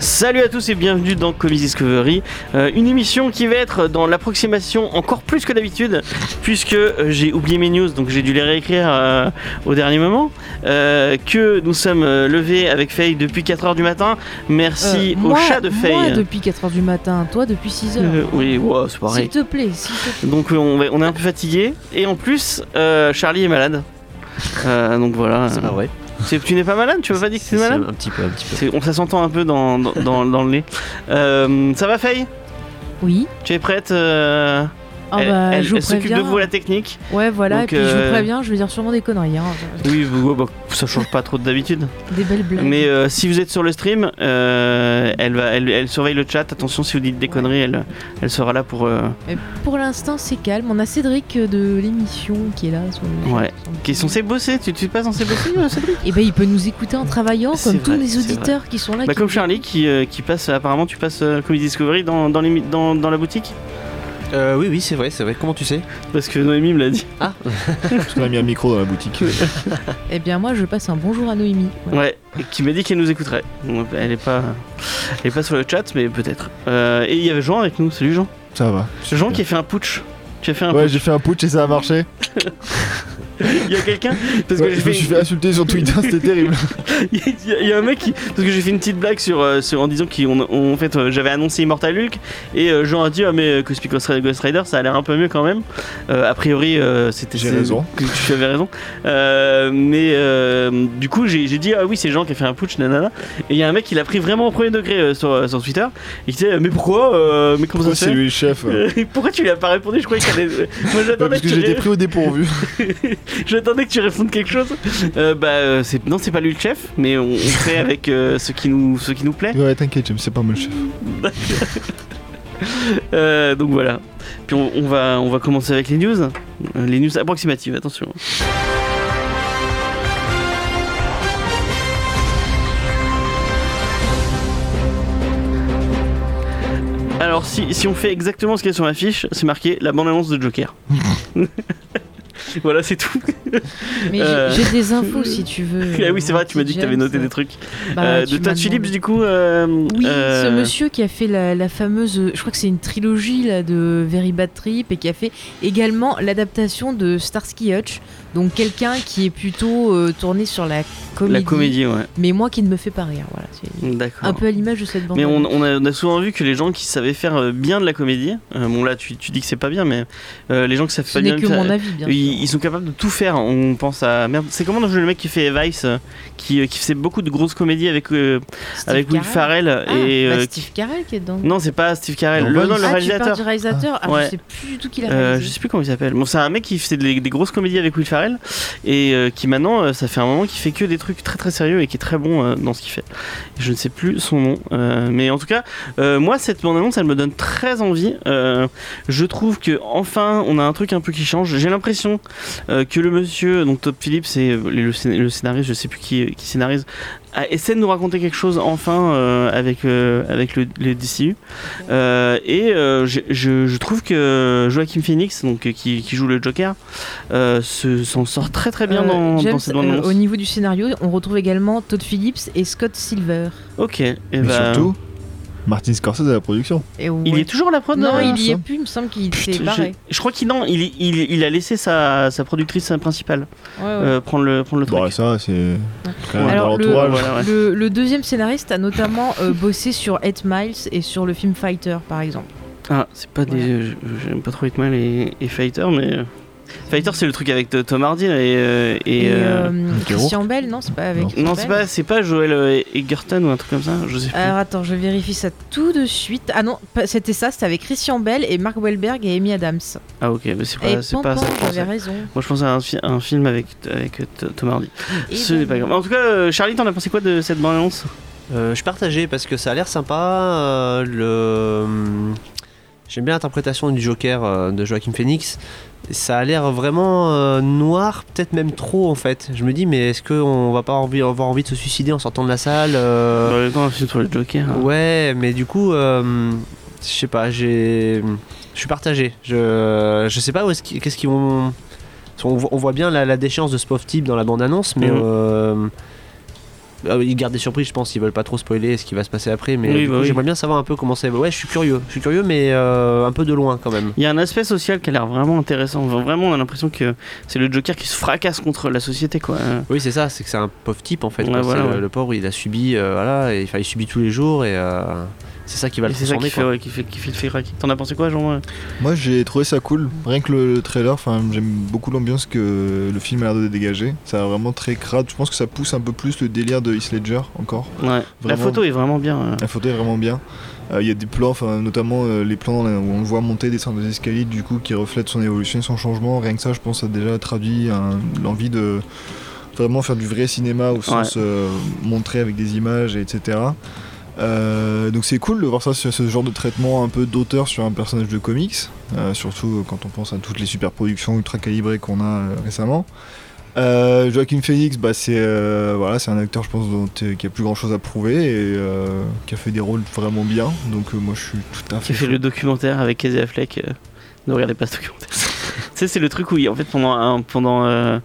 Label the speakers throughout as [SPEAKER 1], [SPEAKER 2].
[SPEAKER 1] Salut à tous et bienvenue dans Comics Discovery, euh, une émission qui va être dans l'approximation encore plus que d'habitude, puisque euh, j'ai oublié mes news, donc j'ai dû les réécrire euh, au dernier moment, euh, que nous sommes euh, levés avec Faye depuis 4h du matin, merci
[SPEAKER 2] Euh,
[SPEAKER 1] au
[SPEAKER 2] moi-
[SPEAKER 1] chat de
[SPEAKER 2] Moi
[SPEAKER 1] Faye.
[SPEAKER 2] depuis 4h du matin, toi depuis 6h.
[SPEAKER 1] Euh, oui, wow, c'est
[SPEAKER 2] s'il
[SPEAKER 1] pareil.
[SPEAKER 2] te plaît, s'il te plaît.
[SPEAKER 1] Donc euh, on, va- on est un peu fatigué, et en plus, euh, Charlie est malade. Euh, donc voilà.
[SPEAKER 3] C'est pas vrai.
[SPEAKER 1] C'est- Tu n'es pas malade Tu veux pas dire que
[SPEAKER 3] C'est
[SPEAKER 1] tu es malade
[SPEAKER 3] Un petit peu, un petit peu.
[SPEAKER 1] C'est- On ça s'entend un peu dans, dans, dans- dans le nez. Euh, ça va Faye
[SPEAKER 2] Oui.
[SPEAKER 1] Tu es prête euh,
[SPEAKER 2] Ah
[SPEAKER 1] Elle,
[SPEAKER 2] bah,
[SPEAKER 1] elle-
[SPEAKER 2] je vous
[SPEAKER 1] elle s'occupe de
[SPEAKER 2] préviens.
[SPEAKER 1] vous la technique
[SPEAKER 2] Ouais, voilà,
[SPEAKER 1] Donc,
[SPEAKER 2] et puis je
[SPEAKER 1] euh,
[SPEAKER 2] vous préviens, je vais dire sûrement des conneries, hein.
[SPEAKER 1] Oui, vous- bah, ça change pas trop de d'habitude.
[SPEAKER 2] des belles blagues.
[SPEAKER 1] Mais euh, si vous êtes sur le stream, euh, elle, va, elle, elle surveille le chat. Attention, si vous dites des
[SPEAKER 2] Ouais.
[SPEAKER 1] conneries, elle, elle sera là pour. euh,
[SPEAKER 2] Mais pour l'instant, c'est calme. On a Cédric euh, de l'émission qui est là. Sur le...
[SPEAKER 1] Ouais.
[SPEAKER 2] sur le-
[SPEAKER 1] Qui est censée bosser Tu tu es pas censé bosser, euh, Cédric
[SPEAKER 2] Et ben, il peut nous écouter en travaillant,
[SPEAKER 1] C'est
[SPEAKER 2] comme tous
[SPEAKER 1] vrai,
[SPEAKER 2] les
[SPEAKER 1] c'est
[SPEAKER 2] auditeurs qui sont là.
[SPEAKER 1] bah,
[SPEAKER 2] qui-
[SPEAKER 1] Comme Charlie qui, euh, qui passe. Apparemment, tu passes euh, Comedy Discovery dans, dans, l'émi- dans, dans la boutique
[SPEAKER 3] Euh, oui, oui, c'est vrai, c'est vrai. Comment tu sais
[SPEAKER 1] Parce que Noémie me l'a dit.
[SPEAKER 4] Parce qu'on a mis un micro dans la boutique.
[SPEAKER 2] Eh bien, moi, je passe un bonjour à Noémie. Voilà.
[SPEAKER 1] Ouais, et qui m'a dit qu'elle nous écouterait. Donc, Elle est pas, elle est pas sur le chat, mais peut-être. Euh, et il y avait Jean avec nous. Salut Jean.
[SPEAKER 4] Ça va.
[SPEAKER 1] Jean qui a fait un putsch. Tu as fait un
[SPEAKER 4] Ouais,
[SPEAKER 1] putsch.
[SPEAKER 4] j'ai fait un putsch et ça a marché.
[SPEAKER 1] Il y a quelqu'un parce que
[SPEAKER 4] Ouais,
[SPEAKER 1] j'ai
[SPEAKER 4] je me
[SPEAKER 1] fait
[SPEAKER 4] suis fait insulter sur Twitter, c'était terrible.
[SPEAKER 1] Il y, a- il y a un mec qui. Parce que j'ai fait une petite blague sur, euh, sur- en disant qu'on on- en fait, euh, j'avais annoncé Immortal Hulk et euh, Jean a dit Ah, mais euh, Cosmic Ghost Rider- Ghost Rider, ça a l'air un peu mieux quand même. Euh, a priori, euh, c'était.
[SPEAKER 4] J'ai
[SPEAKER 1] c'est-
[SPEAKER 4] raison.
[SPEAKER 1] que Tu avais raison. Euh, mais euh, du coup, j'ai j'ai dit Ah oui, c'est Jean qui a fait un putsch, nanana. Et il y a un mec qui l'a pris vraiment au premier degré euh, sur, euh, sur Twitter. Il disait Mais pourquoi euh, Mais comment
[SPEAKER 4] Pourquoi
[SPEAKER 1] ça
[SPEAKER 4] c'est
[SPEAKER 1] se fait
[SPEAKER 4] lui le chef euh
[SPEAKER 1] Euh, Pourquoi tu lui as pas répondu Je croyais qu'il allait. Moi
[SPEAKER 4] Ouais,
[SPEAKER 1] j'attendais
[SPEAKER 4] Parce
[SPEAKER 1] que
[SPEAKER 4] que
[SPEAKER 1] tu
[SPEAKER 4] j'ai été
[SPEAKER 1] ré-
[SPEAKER 4] pris au dépourvu.
[SPEAKER 1] J'attendais que tu répondes quelque chose. Euh, bah, euh, c'est... non, c'est pas lui le chef, mais on, on fait avec euh, ce, qui nous, ce qui nous plaît.
[SPEAKER 4] Ouais, t'inquiète, James, c'est pas moi le
[SPEAKER 1] Eh
[SPEAKER 4] chef.
[SPEAKER 1] Euh, donc voilà. Puis on, on va, on va commencer avec les news. Euh, Les news approximatives, attention. Alors, si, si on fait exactement ce qu'il y a sur ma fiche, c'est marqué la bande-annonce de Joker. voilà, c'est tout.
[SPEAKER 2] Mais j'ai-
[SPEAKER 1] Euh.
[SPEAKER 2] j'ai des infos si tu veux. Bah,
[SPEAKER 1] Ah oui, c'est vrai, tu m'as dit que tu avais noté des trucs. Euh, de Todd Phillips, du coup. euh,
[SPEAKER 2] Oui,
[SPEAKER 1] euh,
[SPEAKER 2] ce monsieur qui a fait la, la fameuse, je crois que c'est une trilogie là, de Very Bad Trip et qui a fait également l'adaptation de Starsky Hutch, donc quelqu'un qui est plutôt euh, tourné sur la comédie,
[SPEAKER 1] La comédie, ouais.
[SPEAKER 2] mais moi qui ne me fait pas rire, voilà, c'est
[SPEAKER 1] D'accord.
[SPEAKER 2] un peu à l'image de cette bande.
[SPEAKER 1] Mais on, on a, on a souvent vu que les gens qui savaient faire euh, bien de la comédie, euh, bon là tu, tu dis que c'est pas bien, mais euh, les gens qui savent
[SPEAKER 2] ce
[SPEAKER 1] pas bien
[SPEAKER 2] n'est que
[SPEAKER 1] faire-
[SPEAKER 2] mon avis, bien
[SPEAKER 1] ils,
[SPEAKER 2] sûr.
[SPEAKER 1] ils sont capables de tout faire. On pense à merde. C'est comment dans le jeu le mec qui fait Vice, euh, qui, euh, qui faisait beaucoup de grosses comédies avec euh,
[SPEAKER 2] Steve
[SPEAKER 1] avec Will
[SPEAKER 2] Carell.
[SPEAKER 1] Farrell
[SPEAKER 2] Ah,
[SPEAKER 1] et
[SPEAKER 2] bah,
[SPEAKER 1] euh,
[SPEAKER 2] Steve Carell qui est dedans.
[SPEAKER 1] qui- non c'est pas Steve Carell,
[SPEAKER 4] Dans
[SPEAKER 1] le,
[SPEAKER 4] Vice.
[SPEAKER 1] non, le
[SPEAKER 2] ah, tu parles
[SPEAKER 1] réalisateur.
[SPEAKER 2] du réalisateur Ah,
[SPEAKER 1] Ouais.
[SPEAKER 2] je sais plus du tout qui l'a
[SPEAKER 1] Euh,
[SPEAKER 2] réalisé.
[SPEAKER 1] je sais plus comment il s'appelle. Bon, c'est un mec qui fait des, des grosses comédies avec Will Ferrell et euh, qui maintenant, euh, ça fait un moment qu'il fait que des trucs très très sérieux et qui est très bon euh, dans ce qu'il fait. Je ne sais plus son nom, euh, mais en tout cas, euh, moi cette bande annonce, elle me donne très envie. Euh, je trouve que enfin, on a un truc un peu qui change. J'ai l'impression euh, que le monsieur, donc Top Phillips, c'est le, scén- le scénariste, je sais plus qui, qui scénarise, a- essaie de nous raconter quelque chose enfin euh, avec euh, avec le, le DCU. Euh, et euh, je, je- je trouve que Joaquin Phoenix, donc, euh, qui, qui joue le Joker, euh, se- s'en sort très très bien
[SPEAKER 2] Euh,
[SPEAKER 1] dans, dans
[SPEAKER 2] James,
[SPEAKER 1] cette bande
[SPEAKER 2] euh,
[SPEAKER 1] annonce.
[SPEAKER 2] au niveau du scénario, on retrouve également Todd Phillips et Scott Silver.
[SPEAKER 1] ok, et
[SPEAKER 4] Mais
[SPEAKER 1] bah,
[SPEAKER 4] surtout, Martin Scorsese à la production.
[SPEAKER 2] Et
[SPEAKER 1] il
[SPEAKER 2] ouais.
[SPEAKER 1] est toujours à la prod
[SPEAKER 2] Oh, Non,
[SPEAKER 1] euh,
[SPEAKER 2] il y
[SPEAKER 4] ça.
[SPEAKER 2] est plus, il me semble qu'il s'est
[SPEAKER 1] putain,
[SPEAKER 2] barré.
[SPEAKER 1] je, je crois qu'il non, il, il- il a laissé sa, sa productrice principale
[SPEAKER 2] Ouais, ouais.
[SPEAKER 1] euh, prendre le prendre le truc.
[SPEAKER 4] Bon, ouais, ça, Bah, c'est. quand même
[SPEAKER 2] Alors,
[SPEAKER 4] dans
[SPEAKER 2] le-
[SPEAKER 4] l'entourage.
[SPEAKER 1] voilà, ouais.
[SPEAKER 2] Le, le deuxième scénariste a notamment euh, bossé sur 8 Miles et sur le film Fighter, par exemple.
[SPEAKER 1] Ah, c'est pas des,
[SPEAKER 2] Voilà.
[SPEAKER 1] euh, je- j'aime pas trop Hitman et, et Fighter, mais euh, Fighter c'est le truc avec euh, Tom Hardy là, et euh, et,
[SPEAKER 2] Et,
[SPEAKER 1] euh,
[SPEAKER 2] euh,
[SPEAKER 4] Mickey
[SPEAKER 2] Christian Bell, non, c'est pas avec.
[SPEAKER 4] Non.
[SPEAKER 2] Christian
[SPEAKER 1] non c'est
[SPEAKER 2] Bell.
[SPEAKER 1] pas c'est pas Joel euh, Egerton ou un truc comme ça, je sais plus.
[SPEAKER 2] Alors attends, je vérifie ça tout de suite. Ah non, pas- c'était ça, c'était avec Christian Bell et Mark Wahlberg et Amy Adams.
[SPEAKER 1] Ah ok, mais c'est
[SPEAKER 2] et
[SPEAKER 1] pas, c'est pas
[SPEAKER 2] Pan
[SPEAKER 1] ça.
[SPEAKER 2] Pan,
[SPEAKER 1] que je pensais.
[SPEAKER 2] j'avais raison.
[SPEAKER 1] Moi je pensais à un, fi- un film avec, avec euh, T- Tom Hardy.
[SPEAKER 2] Et
[SPEAKER 1] Ce
[SPEAKER 2] ben,
[SPEAKER 1] n'est pas grave. En tout cas, euh, Charlie, t'en as pensé quoi de cette bande-annonce
[SPEAKER 3] Euh, je partageais parce que ça a l'air sympa. euh, le... J'aime bien l'interprétation du Joker euh, de euh, Joaquin Phoenix. ça a l'air vraiment euh, noir, peut-être même trop en fait. Je me dis, mais est-ce qu'on va pas envie- avoir envie de se suicider en sortant de la salle euh,
[SPEAKER 1] Dans le Bah, temps, un film sur le Joker. hein.
[SPEAKER 3] Ouais, mais du coup, euh, je sais pas, j'ai, je suis partagé. Je, je sais pas où est-ce qu'ils- qu'est-ce qu'ils vont. On voit, on voit bien la, la déchéance de ce pauvre type dans la bande-annonce, mais
[SPEAKER 1] Mhm.
[SPEAKER 3] euh, euh, ils gardent des surprises. Je pense ils veulent pas trop spoiler ce qui va se passer après, mais
[SPEAKER 1] Oui,
[SPEAKER 3] du
[SPEAKER 1] bah
[SPEAKER 3] coup,
[SPEAKER 1] oui.
[SPEAKER 3] j'aimerais bien savoir un peu comment ça. évolue. Ouais, je suis curieux, je suis curieux, mais euh, un peu de loin quand même.
[SPEAKER 1] Il y a un aspect social qui a l'air vraiment intéressant. Enfin, Vraiment, on a l'impression que c'est le Joker qui se fracasse contre la société, quoi. Euh,
[SPEAKER 3] Oui, c'est ça, c'est que c'est un pauvre type en fait.
[SPEAKER 1] Ouais,
[SPEAKER 3] quoi.
[SPEAKER 1] voilà,
[SPEAKER 3] C'est le,
[SPEAKER 1] ouais.
[SPEAKER 3] le pauvre, il a subi, euh, voilà, et, enfin, il subit tous les jours, et euh, c'est ça qui va
[SPEAKER 1] et
[SPEAKER 3] le
[SPEAKER 1] C'est ça
[SPEAKER 3] transformer.
[SPEAKER 1] qui fait,
[SPEAKER 3] quoi.
[SPEAKER 1] ouais, qui fait, qui fait le fait craquer. T'en as pensé quoi, Jean euh,
[SPEAKER 4] Moi j'ai trouvé ça cool, rien que le, le trailer, enfin j'aime beaucoup l'ambiance que le film a l'air de dégager, ça a vraiment très crade, je pense que ça pousse un peu plus le délire de Heath Ledger encore.
[SPEAKER 1] Ouais. La
[SPEAKER 4] Vraiment.
[SPEAKER 1] photo est vraiment bien. euh.
[SPEAKER 4] La photo est vraiment bien. Euh, Il y a des plans, enfin, notamment euh, les plans dans la- où on le voit monter, descendre des escaliers, du coup, qui reflètent son évolution, son changement. Rien que ça, je pense, ça a déjà traduit un- l'envie de vraiment faire du vrai cinéma au sens euh, montrer avec des images, etc. Euh, donc c'est cool de voir ça sur ce genre de traitement un peu d'auteur sur un personnage de comics, euh, surtout quand on pense à toutes les super productions ultra calibrées qu'on a euh, récemment. Euh, Joaquin Phoenix, bah, c'est euh, voilà, c'est un acteur, je pense, dont, euh, qui a plus grand chose à prouver et euh, qui a fait des rôles vraiment bien. Donc euh, moi, je suis tout à
[SPEAKER 1] Qui
[SPEAKER 4] fait.
[SPEAKER 1] fait
[SPEAKER 4] chaud.
[SPEAKER 1] le documentaire avec Casey Affleck. euh, Ne regardez pas ce documentaire. tu sais, c'est le truc où, il- en fait, pendant un, pendant, euh,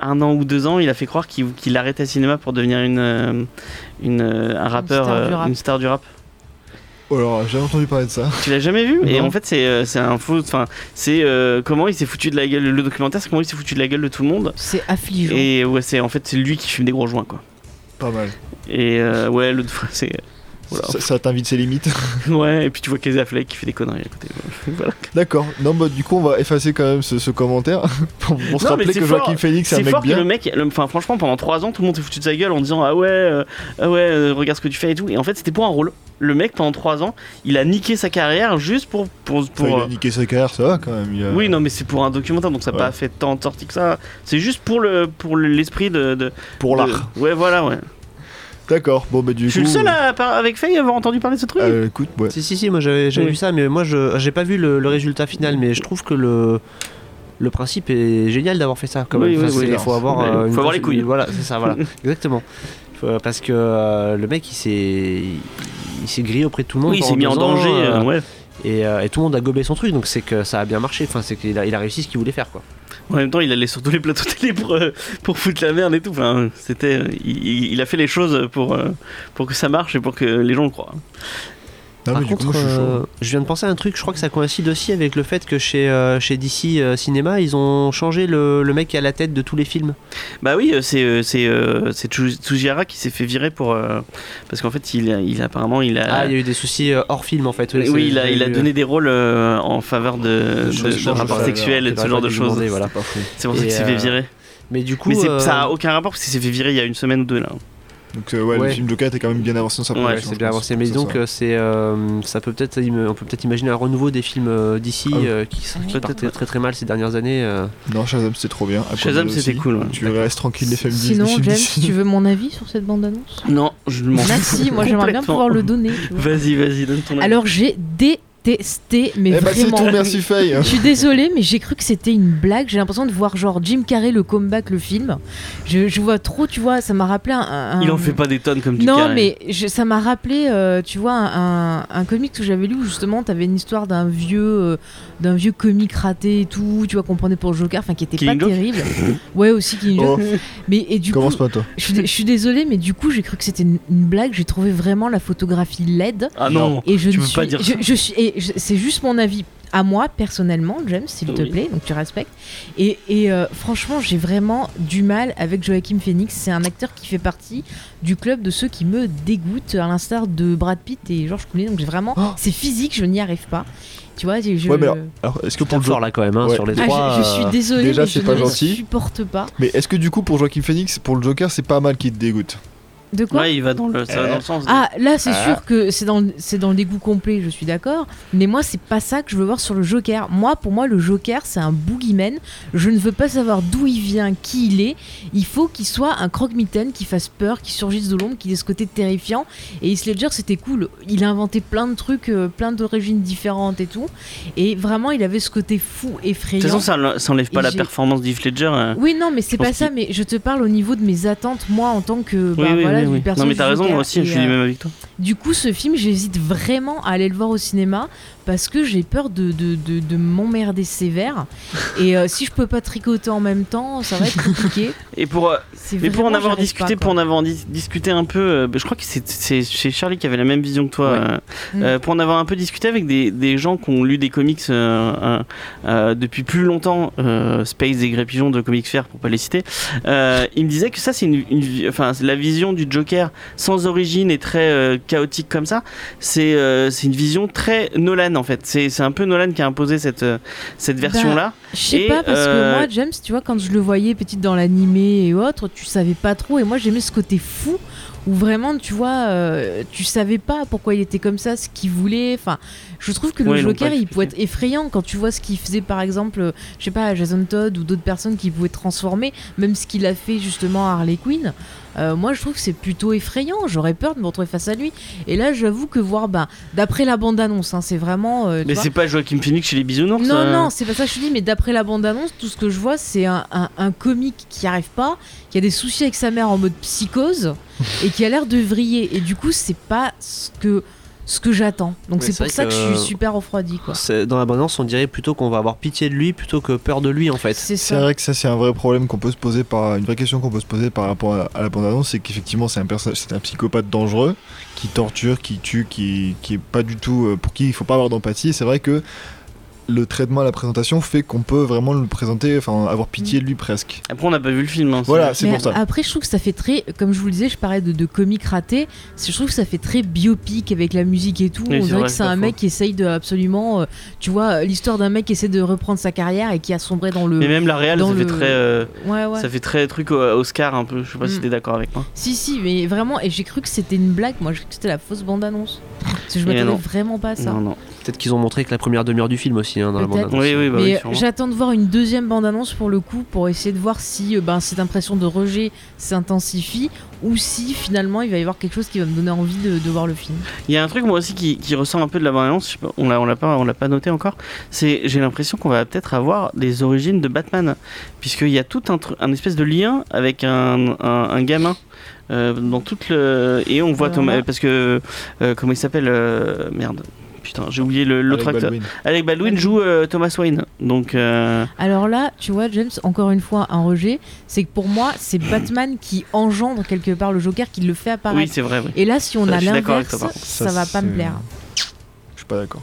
[SPEAKER 1] un an ou deux ans, il a fait croire qu'il qu'il arrêtait le cinéma pour devenir une, euh, une, euh, un rappeur,
[SPEAKER 2] star du
[SPEAKER 1] euh,
[SPEAKER 2] rap.
[SPEAKER 1] une star du rap.
[SPEAKER 4] Oh, Alors, j'ai jamais entendu parler de ça.
[SPEAKER 1] Tu l'as jamais vu Et
[SPEAKER 4] Non.
[SPEAKER 1] en fait, c'est euh, c'est un faux. Enfin, c'est euh, comment il s'est foutu de la gueule. Le documentaire, c'est comment il s'est foutu de la gueule de tout le monde.
[SPEAKER 2] C'est affligeant.
[SPEAKER 1] Et ouais, c'est en fait, c'est lui qui fume des gros joints, quoi.
[SPEAKER 4] Pas mal.
[SPEAKER 1] Et euh, ouais, l'autre fois, c'est. Voilà.
[SPEAKER 4] Ça, ça t'invite ses limites.
[SPEAKER 1] Ouais, et puis tu vois Casey Affleck qui fait des conneries à côté. voilà.
[SPEAKER 4] D'accord. Non, bah du coup, on va effacer quand même ce, ce commentaire pour, pour se
[SPEAKER 1] Non, mais
[SPEAKER 4] rappeler
[SPEAKER 1] c'est
[SPEAKER 4] que
[SPEAKER 1] fort.
[SPEAKER 4] Joaquin Phoenix, c'est un
[SPEAKER 1] C'est
[SPEAKER 4] mec
[SPEAKER 1] fort
[SPEAKER 4] bien.
[SPEAKER 1] que le mec, le- enfin franchement pendant 3 ans tout le monde s'est foutu de sa gueule en disant ah ouais, euh, ah ouais, euh, regarde ce que tu fais et tout. Et en fait c'était pour un rôle. Le mec pendant 3 ans, il a niqué sa carrière juste pour pour,
[SPEAKER 4] Enfin,
[SPEAKER 1] pour euh,
[SPEAKER 4] il a niqué sa carrière, ça va quand même. il a-
[SPEAKER 1] Oui non mais c'est pour un documentaire donc ça n'a
[SPEAKER 4] Ouais.
[SPEAKER 1] pas fait tant de sorties que ça. C'est juste pour le pour l'esprit de, de
[SPEAKER 4] Pour
[SPEAKER 1] de-
[SPEAKER 4] l'art.
[SPEAKER 1] Ouais voilà ouais.
[SPEAKER 4] D'accord. Bon, bah du
[SPEAKER 1] euh, Je suis
[SPEAKER 4] coup.
[SPEAKER 1] le seul à, par- avec Faye à avoir entendu parler de ce truc.
[SPEAKER 4] euh, écoute, ouais.
[SPEAKER 3] Si, si, si, moi j'avais j'avais
[SPEAKER 1] Oui.
[SPEAKER 3] vu ça, mais moi je j'ai pas vu le, le résultat final, mais je trouve que le, le principe est génial d'avoir fait ça. Quand
[SPEAKER 1] Oui,
[SPEAKER 3] même.
[SPEAKER 1] oui,
[SPEAKER 3] Enfin,
[SPEAKER 1] oui,
[SPEAKER 3] c'est-
[SPEAKER 1] non.
[SPEAKER 3] il faut avoir,
[SPEAKER 1] Ouais,
[SPEAKER 3] euh, une
[SPEAKER 1] faut avoir les
[SPEAKER 3] consci-
[SPEAKER 1] couilles.
[SPEAKER 3] Voilà, c'est ça, voilà. Exactement. Faut- parce que euh, le mec il s'est il- il s'est grillé auprès de tout le monde.
[SPEAKER 1] oui il s'est
[SPEAKER 3] pendant
[SPEAKER 1] mis en
[SPEAKER 3] deux ans,
[SPEAKER 1] danger.
[SPEAKER 3] euh,
[SPEAKER 1] euh, ouais.
[SPEAKER 3] et, euh, et tout le monde a gobé son truc, donc c'est que ça a bien marché. Enfin, c'est qu'il a, il a réussi ce qu'il voulait faire, quoi.
[SPEAKER 1] En même temps il allait sur tous les plateaux télé pour euh, pour foutre la merde et tout. Enfin c'était euh, il, il- il a fait les choses pour euh, pour que ça marche et pour que les gens le croient.
[SPEAKER 4] Non,
[SPEAKER 3] Par
[SPEAKER 4] Ah, mais du
[SPEAKER 3] contre,
[SPEAKER 4] coup, moi, je suis chaud.
[SPEAKER 3] euh, je viens de penser à un truc, je crois que ça coïncide aussi avec le fait que chez, euh, chez DC euh, Cinéma, ils ont changé le, le mec qui est à la tête de tous les films.
[SPEAKER 1] Bah oui, euh, c'est euh, c'est euh, c'est Tsu- Tsujihara qui s'est fait virer pour euh, parce qu'en fait il a, il a- apparemment il a
[SPEAKER 3] Ah, il y a eu des soucis euh, hors film en fait.
[SPEAKER 1] oui,
[SPEAKER 3] c'est-
[SPEAKER 1] il a
[SPEAKER 3] j'ai
[SPEAKER 1] il a
[SPEAKER 3] vu,
[SPEAKER 1] donné des rôles euh, en faveur de,
[SPEAKER 4] De
[SPEAKER 1] de,
[SPEAKER 4] choses
[SPEAKER 1] de
[SPEAKER 4] qui changent
[SPEAKER 1] rapports
[SPEAKER 4] pas,
[SPEAKER 1] sexuels
[SPEAKER 3] euh,
[SPEAKER 1] et de ce genre de
[SPEAKER 3] j'ai
[SPEAKER 1] choses.
[SPEAKER 3] demandé, voilà.
[SPEAKER 4] C'est pas fou.
[SPEAKER 1] C'est pour ça
[SPEAKER 3] Et,
[SPEAKER 1] qu'il s'est fait
[SPEAKER 3] euh,
[SPEAKER 1] virer.
[SPEAKER 3] Mais du coup,
[SPEAKER 1] Mais c'est-
[SPEAKER 3] euh,
[SPEAKER 1] ça a aucun rapport parce qu'il s'est fait virer il y a une semaine ou deux là.
[SPEAKER 4] Donc euh, ouais,
[SPEAKER 3] Ouais.
[SPEAKER 4] le film Joker était quand même bien avancé dans sa
[SPEAKER 1] Ouais,
[SPEAKER 4] production.
[SPEAKER 3] c'est
[SPEAKER 4] je
[SPEAKER 3] bien
[SPEAKER 4] pense.
[SPEAKER 3] avancé. Mais
[SPEAKER 4] Ça,
[SPEAKER 3] donc,
[SPEAKER 4] ça.
[SPEAKER 3] euh, c'est, euh, ça peut peut-être, im- on peut peut-être imaginer un renouveau des films euh, d'ici
[SPEAKER 4] Ah oui.
[SPEAKER 3] euh, qui, qui
[SPEAKER 1] Peut-être,
[SPEAKER 3] partaient
[SPEAKER 1] ouais.
[SPEAKER 3] très très mal ces dernières années. euh.
[SPEAKER 4] Non, Shazam c'était trop bien. Aquaman
[SPEAKER 1] Shazam
[SPEAKER 4] aussi.
[SPEAKER 1] c'était cool. ouais.
[SPEAKER 4] Tu restes tranquille les femmes
[SPEAKER 2] Sinon, James, tu veux mon avis sur cette bande-annonce
[SPEAKER 1] Non, je m'en
[SPEAKER 2] Là,
[SPEAKER 1] fous.
[SPEAKER 2] si, moi j'aimerais bien
[SPEAKER 1] complètement.
[SPEAKER 2] pouvoir le donner. tu vois.
[SPEAKER 1] Vas-y, vas-y, donne ton avis.
[SPEAKER 2] Alors j'ai détesté, mais
[SPEAKER 4] Eh bah c'est
[SPEAKER 2] vraiment.
[SPEAKER 4] tout, merci Faye.
[SPEAKER 2] Je suis désolée, mais j'ai cru que c'était une blague. J'ai l'impression de voir genre Jim Carrey le comeback, le film. Je, je vois trop, tu vois, ça m'a rappelé un. un-
[SPEAKER 1] il en fait pas des tonnes comme du
[SPEAKER 2] euh, Non,
[SPEAKER 1] carré.
[SPEAKER 2] mais je- ça m'a rappelé, euh, tu vois, un, un, un comic que j'avais lu où justement t'avais une histoire d'un vieux, euh, d'un vieux comic raté et tout, tu vois, qu'on prenait pour le Joker, enfin qui était
[SPEAKER 1] Killing
[SPEAKER 2] pas
[SPEAKER 1] Joke
[SPEAKER 2] terrible. ouais, aussi Killing
[SPEAKER 4] Oh,
[SPEAKER 2] Joke. Mais et du coup,
[SPEAKER 4] commence pas toi.
[SPEAKER 2] je suis, dé- je suis désolée, mais du coup, j'ai cru que c'était une, une blague. J'ai trouvé vraiment la photographie laide.
[SPEAKER 1] Ah non,
[SPEAKER 2] Et je
[SPEAKER 1] tu
[SPEAKER 2] ne
[SPEAKER 1] peux
[SPEAKER 2] suis,
[SPEAKER 1] pas dire
[SPEAKER 2] je,
[SPEAKER 1] ça.
[SPEAKER 2] je suis, et je- c'est juste mon avis à moi personnellement, James, s'il te
[SPEAKER 1] Oui.
[SPEAKER 2] plaît, donc tu respectes. Et, et, euh, franchement, j'ai vraiment du mal avec Joachim Phoenix. C'est un acteur qui fait partie du club de ceux qui me dégoûtent, à l'instar de Brad Pitt et George Clooney. Donc j'ai vraiment,
[SPEAKER 4] Oh
[SPEAKER 2] c'est physique, je n'y arrive pas. Tu vois, je, je-
[SPEAKER 4] Ouais, mais alors- Alors, est-ce que
[SPEAKER 3] Putain,
[SPEAKER 4] pour
[SPEAKER 3] fort
[SPEAKER 4] Joker
[SPEAKER 3] là quand même hein,
[SPEAKER 4] Ouais.
[SPEAKER 3] sur les
[SPEAKER 2] Ah, je-
[SPEAKER 3] trois.
[SPEAKER 2] je, suis
[SPEAKER 3] euh,
[SPEAKER 2] désolée,
[SPEAKER 4] déjà,
[SPEAKER 2] mais
[SPEAKER 4] c'est
[SPEAKER 2] je
[SPEAKER 4] pas
[SPEAKER 2] ne
[SPEAKER 4] gentil.
[SPEAKER 2] supporte pas.
[SPEAKER 4] Mais est-ce que du coup pour Joaquin Phoenix, pour le Joker, c'est pas mal qu'il te dégoûte
[SPEAKER 2] De quoi
[SPEAKER 1] ouais, il va dans le, ça va
[SPEAKER 3] Euh,
[SPEAKER 1] dans le sens. de-
[SPEAKER 2] Ah, là, c'est sûr que c'est dans, c'est dans le dégoût complet, je suis d'accord. Mais moi, c'est pas ça que je veux voir sur le Joker. Moi, pour moi, le Joker, c'est un boogeyman. Je ne veux pas savoir d'où il vient, qui il est. Il faut qu'il soit un croque-mitaine qui fasse peur, qui surgisse de l'ombre, qui ait ce côté terrifiant. Et Heath Ledger, c'était cool. Il a inventé plein de trucs, euh, plein d'origines différentes et tout. Et vraiment, il avait ce côté fou,
[SPEAKER 1] De toute
[SPEAKER 2] effrayant.
[SPEAKER 1] façon, ça le- ça enlève pas
[SPEAKER 2] Et
[SPEAKER 1] la
[SPEAKER 2] j'ai-
[SPEAKER 1] performance d'Heath Ledger. euh.
[SPEAKER 2] Oui, non, mais c'est
[SPEAKER 1] pense
[SPEAKER 2] pas ça, mais je te parle au niveau de mes attentes, moi, en tant que. bah,
[SPEAKER 1] oui, oui,
[SPEAKER 2] voilà,
[SPEAKER 1] oui,
[SPEAKER 2] du
[SPEAKER 1] oui. Non,
[SPEAKER 2] personnage
[SPEAKER 1] mais t'as
[SPEAKER 2] du
[SPEAKER 1] raison,
[SPEAKER 2] Joker.
[SPEAKER 1] moi aussi,
[SPEAKER 2] Et,
[SPEAKER 1] je suis du
[SPEAKER 2] euh,
[SPEAKER 1] même avec toi.
[SPEAKER 2] du coup, ce film, j'hésite vraiment à aller le voir au cinéma parce que j'ai peur de, de, de- de m'emmerder sévère. Et euh, si je peux pas tricoter en même temps, ça va être compliqué.
[SPEAKER 1] Et pour, euh,
[SPEAKER 2] C'est
[SPEAKER 1] mais pour en
[SPEAKER 2] vraiment,
[SPEAKER 1] avoir
[SPEAKER 2] j'arrive
[SPEAKER 1] discuté,
[SPEAKER 2] pas,
[SPEAKER 1] pour
[SPEAKER 2] quoi.
[SPEAKER 1] en avoir dis- discuté un peu, euh, bah, je crois que c'est- c'est c'est Charlie qui avait la même vision que toi.
[SPEAKER 3] Ouais.
[SPEAKER 1] euh,
[SPEAKER 2] Mm.
[SPEAKER 1] euh, pour en avoir un peu discuté avec des, des gens qui ont lu des comics euh, euh, euh, depuis plus longtemps, euh, Space et Grey Pigeon de Comics Fair pour pas les citer, euh, ils me disaient que ça c'est une, une vi- enfin c'est la vision du Joker sans origine et très euh, chaotique comme ça. C'est euh, c'est une vision très Nolan en fait. C'est c'est un peu Nolan qui a imposé cette euh, cette
[SPEAKER 2] Bah,
[SPEAKER 1] version là.
[SPEAKER 2] Je sais
[SPEAKER 1] Et,
[SPEAKER 2] pas parce
[SPEAKER 1] euh,
[SPEAKER 2] que moi, James, tu vois, quand je le voyais petite dans l'animé et autres, tu savais pas trop. Et moi, j'aimais ce côté fou où vraiment, tu vois, euh, tu savais pas pourquoi il était comme ça, ce qu'il voulait. Enfin, je trouve que le
[SPEAKER 1] Ouais, ils l'ont
[SPEAKER 2] Joker,
[SPEAKER 1] pas
[SPEAKER 2] il pouvait être effrayant quand tu vois ce qu'il faisait, par exemple, euh, je sais pas, Jason Todd ou d'autres personnes qui pouvaient transformer, même ce qu'il a fait justement à Harley Quinn. Euh, moi, je trouve que c'est plutôt effrayant. J'aurais peur de me retrouver face à lui. Et là, j'avoue que voir, bah, d'après la bande-annonce, hein, c'est vraiment. euh, tu
[SPEAKER 1] Mais
[SPEAKER 2] vois,
[SPEAKER 1] c'est pas Joaquin Phoenix chez les bisounours. euh.
[SPEAKER 2] non,
[SPEAKER 1] ça.
[SPEAKER 2] non, c'est pas ça que je te dis, mais d'après la bande-annonce, tout ce que je vois, c'est un, un, un comique qui arrive pas, qui a des soucis avec sa mère en mode psychose, et qui a l'air de vriller. Et du coup, c'est pas ce que, ce que j'attends. Donc
[SPEAKER 3] Mais
[SPEAKER 2] c'est
[SPEAKER 3] c'est
[SPEAKER 2] pour
[SPEAKER 3] vrai
[SPEAKER 2] ça que, je
[SPEAKER 3] que-
[SPEAKER 2] suis super refroidi, quoi.
[SPEAKER 3] C'est- Dans l'abondance, on dirait plutôt qu'on va avoir pitié de lui plutôt que peur de lui en fait.
[SPEAKER 2] C'est
[SPEAKER 4] C'est
[SPEAKER 2] ça.
[SPEAKER 4] vrai que ça, c'est un vrai problème qu'on peut se poser par une vraie question qu'on peut se poser par rapport à, à la bande-annonce, c'est qu'effectivement c'est un personnage, c'est un psychopathe dangereux qui torture, qui tue, qui, qui est pas du tout euh, pour qui il faut pas avoir d'empathie. Et C'est vrai que le traitement à la présentation fait qu'on peut vraiment le présenter, enfin avoir pitié de lui presque.
[SPEAKER 1] Après on n'a pas vu le film. hein,
[SPEAKER 4] Voilà,
[SPEAKER 1] c'est-
[SPEAKER 4] c'est
[SPEAKER 2] Mais
[SPEAKER 4] pour ça.
[SPEAKER 2] Après, je trouve que ça fait très, comme je vous le disais, je parlais de, de comique raté. Je trouve que ça fait très biopic avec la musique et tout.
[SPEAKER 1] Oui,
[SPEAKER 2] On
[SPEAKER 1] c'est
[SPEAKER 2] dirait
[SPEAKER 1] vrai,
[SPEAKER 2] que c'est
[SPEAKER 1] pas
[SPEAKER 2] un
[SPEAKER 1] faux.
[SPEAKER 2] mec qui essaye de absolument, euh, tu vois, l'histoire d'un mec qui essaie de reprendre sa carrière et qui a sombré dans le.
[SPEAKER 1] Mais même la réal, ça
[SPEAKER 2] Euh, Dans
[SPEAKER 1] fait
[SPEAKER 2] le-
[SPEAKER 1] très. euh,
[SPEAKER 2] Ouais, ouais.
[SPEAKER 1] Ça fait très truc au- Oscar un peu, je sais pas si
[SPEAKER 2] Mm.
[SPEAKER 1] t'es d'accord avec moi.
[SPEAKER 2] Si, si, mais vraiment, et j'ai cru que c'était une blague, moi, j'ai cru que c'était la fausse bande-annonce. Parce que je
[SPEAKER 1] Eh ben
[SPEAKER 2] m'attendais
[SPEAKER 1] non.
[SPEAKER 2] vraiment pas à ça.
[SPEAKER 1] Non, non.
[SPEAKER 3] Peut-être qu'ils ont montré que la première demi-heure du film aussi hein, dans la
[SPEAKER 2] Peut-être.
[SPEAKER 3] bande-annonce.
[SPEAKER 1] Oui, oui, bah oui,
[SPEAKER 2] mais
[SPEAKER 1] sûrement.
[SPEAKER 2] j'attends de voir une deuxième bande-annonce pour le coup, pour essayer de voir si euh, ben, cette impression de rejet s'intensifie ou si finalement il va y avoir quelque chose qui va me donner envie de, de voir le film.
[SPEAKER 1] Il y a un truc moi aussi qui, qui ressort un peu de la bande-annonce, je sais pas, on l'a on l'a pas, on l'a pas noté encore, c'est j'ai l'impression qu'on va peut-être avoir les origines de Batman, puisqu'il y a tout un, tru- un espèce de lien avec un, un- un gamin. euh, dans toute le et on voit
[SPEAKER 2] Euh,
[SPEAKER 1] Thomas
[SPEAKER 2] ouais.
[SPEAKER 1] parce que euh, comment il s'appelle euh, merde putain j'ai oublié le- l'autre
[SPEAKER 4] Alec
[SPEAKER 1] acteur
[SPEAKER 4] Baldwin.
[SPEAKER 1] Alec Baldwin
[SPEAKER 2] Baldwin.
[SPEAKER 1] joue euh, Thomas Wayne donc euh,
[SPEAKER 2] Alors là, tu vois, James, encore une fois, un rejet, c'est que pour moi, c'est Batman qui engendre quelque part le Joker, qui le fait
[SPEAKER 1] oui
[SPEAKER 2] apparaître.
[SPEAKER 1] c'est vrai oui.
[SPEAKER 2] Et là, si on
[SPEAKER 1] Ça,
[SPEAKER 2] a
[SPEAKER 1] je suis d'accord avec toi,
[SPEAKER 2] l'inverse, ça,
[SPEAKER 1] par
[SPEAKER 4] Ça,
[SPEAKER 2] va pas me
[SPEAKER 4] c'est-
[SPEAKER 2] plaire.
[SPEAKER 4] Je suis pas d'accord.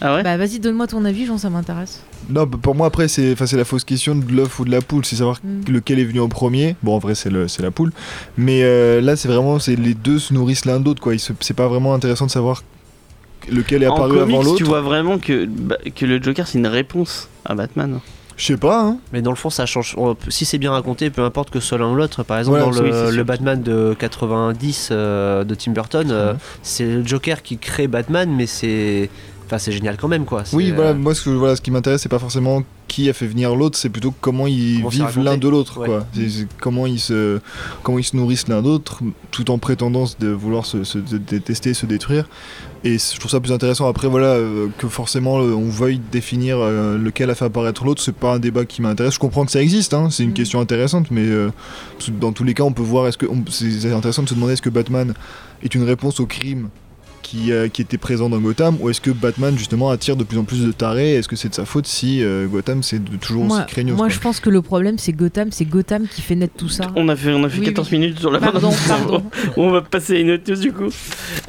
[SPEAKER 1] ah ouais
[SPEAKER 2] Bah vas-y, donne-moi ton avis, Jean, ça m'intéresse.
[SPEAKER 4] Non, bah, pour moi après c'est, enfin, c'est la fausse question de l'œuf ou de la poule, c'est savoir
[SPEAKER 2] Mm.
[SPEAKER 4] lequel est venu en premier. Bon, en vrai, c'est le- c'est la poule. Mais euh, là, c'est vraiment, c'est les deux se nourrissent l'un de l'autre, quoi. Ils se- C'est pas vraiment intéressant de savoir lequel est
[SPEAKER 1] en
[SPEAKER 4] apparu avant
[SPEAKER 1] comics, tu
[SPEAKER 4] l'autre.
[SPEAKER 1] vois vraiment que, bah, que le Joker, c'est une réponse à Batman.
[SPEAKER 4] Je sais pas. Hein.
[SPEAKER 3] Mais dans le fond, ça change. on- Si c'est bien raconté, peu importe que ce soit l'un ou l'autre. Par exemple,
[SPEAKER 4] Voilà,
[SPEAKER 3] dans
[SPEAKER 1] oui, c'est
[SPEAKER 3] le,
[SPEAKER 1] sûr.
[SPEAKER 3] le Batman de 90 euh, de Tim Burton, euh,
[SPEAKER 4] Mhm.
[SPEAKER 3] c'est le Joker qui crée Batman, mais c'est. Enfin, c'est génial quand même, quoi. C'est,
[SPEAKER 4] Oui,
[SPEAKER 3] euh,
[SPEAKER 4] voilà. Moi, ce que voilà, ce qui m'intéresse, c'est pas forcément qui a fait venir l'autre, c'est plutôt comment ils
[SPEAKER 3] Comment c'est
[SPEAKER 4] vivent
[SPEAKER 3] raconté.
[SPEAKER 4] l'un de l'autre,
[SPEAKER 3] Ouais.
[SPEAKER 4] quoi. C'est- c'est comment ils se, comment ils se nourrissent l'un d'autre, tout en prétendant de vouloir se, se détester, se détruire. Et c- je trouve ça plus intéressant. Après, voilà, euh, que forcément euh, on veuille définir euh, lequel a fait apparaître l'autre, c'est pas un débat qui m'intéresse. Je comprends que ça existe, hein, c'est une
[SPEAKER 2] Mm.
[SPEAKER 4] question intéressante, mais euh, parce que dans tous les cas, on peut voir. Est-ce que on- c'est intéressant de se demander est-ce que Batman est une réponse au crime qui, euh, qui était présent dans Gotham ou est-ce que Batman justement attire de plus en plus de tarés Est-ce que c'est de sa faute si euh, Gotham c'est de- toujours
[SPEAKER 2] Moi,
[SPEAKER 4] aussi craignos
[SPEAKER 2] moi
[SPEAKER 4] quoi.
[SPEAKER 2] je pense que le problème c'est Gotham, c'est Gotham qui fait naître tout ça.
[SPEAKER 1] On a fait, on a fait
[SPEAKER 2] Oui,
[SPEAKER 1] 14
[SPEAKER 2] oui.
[SPEAKER 1] minutes sur la
[SPEAKER 2] Pardon,
[SPEAKER 1] bande-annonce.
[SPEAKER 2] pardon.
[SPEAKER 1] On va passer à une autre news du coup.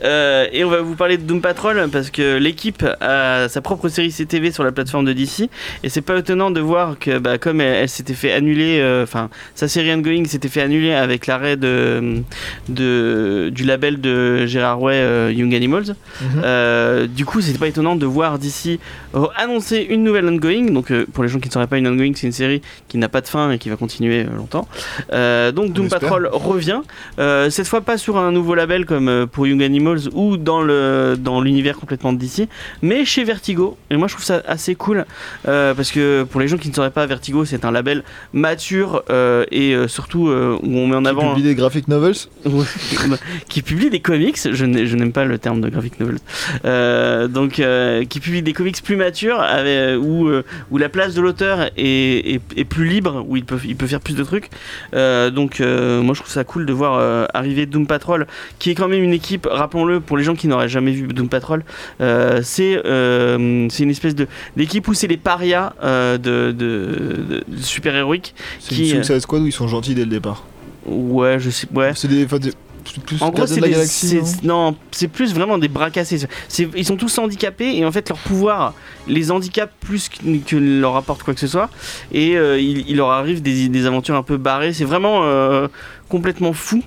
[SPEAKER 1] Euh, et on va vous parler de Doom Patrol parce que l'équipe a sa propre série CTV sur la plateforme de DC. Et c'est pas étonnant de voir que, bah, comme elle, elle s'était fait annuler, euh, enfin, sa série Ongoing s'était fait annuler avec l'arrêt de, de, du label de Gérard Way, euh, Young Animals.
[SPEAKER 4] Mhm.
[SPEAKER 1] Euh, du coup, c'était pas étonnant de voir d'ici euh, annoncer une nouvelle ongoing. Donc, euh, pour les gens qui ne sauraient pas, une ongoing, c'est une série qui n'a pas de fin et qui va continuer euh, longtemps. Euh, donc, Doom
[SPEAKER 4] espère.
[SPEAKER 1] Patrol revient. Euh, cette fois, pas sur un nouveau label comme euh, pour Young Animals ou dans le dans l'univers complètement de DC, mais chez Vertigo. Et moi, je trouve ça assez cool euh, parce que pour les gens qui ne sauraient pas, Vertigo, c'est un label mature euh, et euh, surtout euh, où on met en
[SPEAKER 4] Qui
[SPEAKER 1] avant.
[SPEAKER 4] publie des graphic novels
[SPEAKER 1] Ouais, qui publie des comics, je n'ai- je n'aime pas le terme de graphic novel, Euh, donc euh, qui publie des comics plus matures avec- où, euh, où la place de l'auteur est, est- est plus libre, où il peut, il peut faire plus de trucs. Euh, donc euh, moi je trouve ça cool de voir euh, arriver Doom Patrol, qui est quand même une équipe, rappelons-le, pour les gens qui n'auraient jamais vu Doom Patrol, euh, c'est euh, c'est une espèce de- d'équipe où c'est les parias euh, de, de- de- de super-héroïques.
[SPEAKER 4] C'est
[SPEAKER 1] Qui,
[SPEAKER 4] une
[SPEAKER 1] euh,
[SPEAKER 4] Suicide Squad où ils sont gentils dès le départ.
[SPEAKER 1] Ouais, je sais, ouais.
[SPEAKER 4] C'est des. enfin, des- plus- plus
[SPEAKER 1] En gros,
[SPEAKER 4] Gardiens de
[SPEAKER 1] c'est
[SPEAKER 4] la
[SPEAKER 1] des-
[SPEAKER 4] galaxie.
[SPEAKER 1] c'est-
[SPEAKER 4] non
[SPEAKER 1] non, c'est plus vraiment des bras cassés. C'est- Ils sont tous handicapés et en fait leur pouvoir les handicape plus que, que leur apporte quoi que ce soit. Et euh, il, il leur arrive des, des aventures un peu barrées. C'est vraiment euh, complètement fou.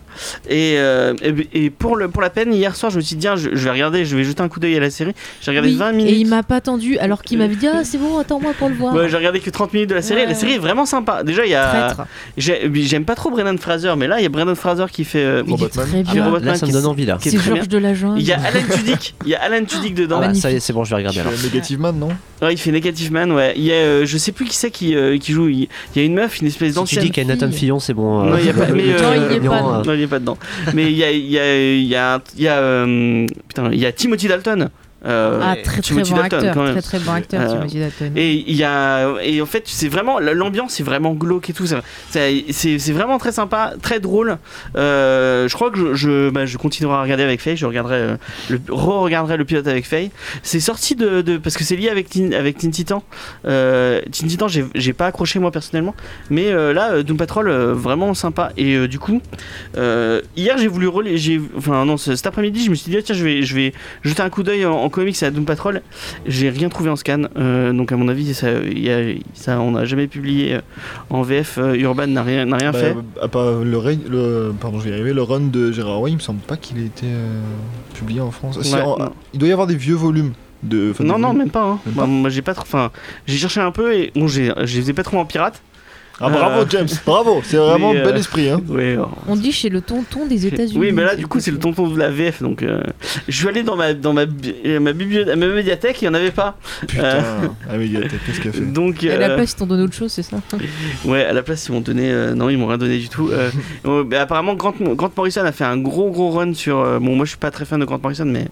[SPEAKER 1] Et, euh, et, et pour, le, pour la peine, hier soir, je me suis dit tiens, je, je vais regarder, je vais jeter un coup d'œil à la série. J'ai regardé
[SPEAKER 2] Oui,
[SPEAKER 1] 20
[SPEAKER 2] Et il
[SPEAKER 1] minutes.
[SPEAKER 2] m'a pas attendu alors qu'il m'avait dit Ah, c'est bon, attends-moi pour le voir.
[SPEAKER 1] Ouais, j'ai regardé que 30 minutes de la série.
[SPEAKER 2] Ouais,
[SPEAKER 1] la série est vraiment sympa. Déjà, il y a.
[SPEAKER 2] Traître.
[SPEAKER 1] j'ai- J'aime pas trop Brennan Fraser, mais là, il y a Brennan Fraser qui fait. euh,
[SPEAKER 2] Il est
[SPEAKER 4] Batman.
[SPEAKER 2] très
[SPEAKER 3] Ah bah,
[SPEAKER 1] Robotman
[SPEAKER 2] bien.
[SPEAKER 3] là, ça me
[SPEAKER 1] qui-
[SPEAKER 3] donne envie là.
[SPEAKER 1] qui est
[SPEAKER 2] C'est
[SPEAKER 1] très
[SPEAKER 2] Georges de la Jungle.
[SPEAKER 1] il y a Alan Tudyk. Il y a Alan Tudyk
[SPEAKER 3] Ah
[SPEAKER 1] dedans.
[SPEAKER 3] bah, ça y est,
[SPEAKER 2] magnifique.
[SPEAKER 3] c'est bon, je vais regarder alors.
[SPEAKER 4] C'est Negative Man, non
[SPEAKER 1] Ouais, il fait Negative Man, ouais. Il y a, euh, je sais plus qui c'est qui, euh, qui joue. Il il y a une meuf, une espèce
[SPEAKER 3] Si tu
[SPEAKER 1] d'ancienne.
[SPEAKER 3] dis qu'il y a Nathan
[SPEAKER 2] fille.
[SPEAKER 3] Fillon, c'est bon.
[SPEAKER 1] Non, il y a pas- mais,
[SPEAKER 3] le
[SPEAKER 1] euh,
[SPEAKER 3] petit
[SPEAKER 1] Non, il y est
[SPEAKER 3] mignon,
[SPEAKER 2] pas,
[SPEAKER 3] euh,
[SPEAKER 1] Non, il est pas dedans. Mais il y a, il y a, il y a, un- il y a, euh, putain, il y a Timothy Dalton. Euh,
[SPEAKER 2] Ah, très très
[SPEAKER 1] Timothy
[SPEAKER 2] bon
[SPEAKER 1] Dalton,
[SPEAKER 2] acteur.
[SPEAKER 1] quand même.
[SPEAKER 2] Très très bon acteur,
[SPEAKER 1] Euh,
[SPEAKER 2] Timothy Dalton.
[SPEAKER 1] Et il y a, et en fait, c'est vraiment l'ambiance est vraiment glauque et tout. ça- ça- C'est c'est vraiment très sympa, très drôle. Euh, je crois que je, je, bah, je continuerai à regarder avec Faye. Je regarderai, euh, le, re-regarderai le pilote avec Faye. C'est sorti de, de- parce que c'est lié avec Teen, avec Teen Titan. Euh, Teen Titan, j'ai- j'ai pas accroché moi personnellement, mais euh, là, euh, Doom Patrol, euh, vraiment sympa. Et euh, du coup, euh, hier j'ai voulu relais, j'ai, enfin non, ce- cet après-midi, je me suis dit ah, tiens, je vais, je vais jeter un coup d'œil en, en comics à Doom Patrol j'ai rien trouvé en scan, euh, donc à mon avis, ça, il y a- ça on n'a jamais publié euh, en VF. euh, Urban n'a rien, n'a rien
[SPEAKER 4] Bah,
[SPEAKER 1] fait.
[SPEAKER 4] à part le, règne- le- pardon, je vais y arriver, le run de Gérard Way, il me semble pas qu'il ait été euh, publié en France. Ah, si,
[SPEAKER 1] Ouais,
[SPEAKER 4] en-
[SPEAKER 1] non.
[SPEAKER 4] il doit y avoir des vieux volumes. De, enfin, des
[SPEAKER 1] non, non,
[SPEAKER 4] volumes.
[SPEAKER 1] même pas. hein.
[SPEAKER 4] Même
[SPEAKER 1] Bah,
[SPEAKER 4] pas
[SPEAKER 1] moi, j'ai pas trop. Enfin, j'ai cherché un peu et bon, j'ai, je les faisais pas trop en pirate.
[SPEAKER 4] Ah, bravo,
[SPEAKER 1] Euh,
[SPEAKER 4] James, bravo, c'est vraiment
[SPEAKER 1] mais, euh,
[SPEAKER 4] bel esprit. Hein.
[SPEAKER 1] Ouais, alors,
[SPEAKER 2] On dit chez le tonton des États-Unis.
[SPEAKER 1] Oui, mais là, du coup, c'est le
[SPEAKER 2] tonton.
[SPEAKER 1] tonton de la VF. Donc, euh, je suis allé dans ma, dans ma, bi- euh, ma, bibliothèque, ma médiathèque, il y en avait pas.
[SPEAKER 4] Putain,
[SPEAKER 1] euh,
[SPEAKER 4] ah, mais il y a- qu'est-ce qu'il a fait
[SPEAKER 1] Donc,
[SPEAKER 2] À la
[SPEAKER 1] euh,
[SPEAKER 2] place, ils t'ont donné autre chose, c'est ça
[SPEAKER 1] Ouais, à la place, ils m'ont donné. euh, non, ils m'ont rien donné du tout. Euh, euh, bah, apparemment, Grant, Grant Morrison a fait un gros, gros run sur. euh, bon, moi, je suis pas très fan de Grant Morrison, mais.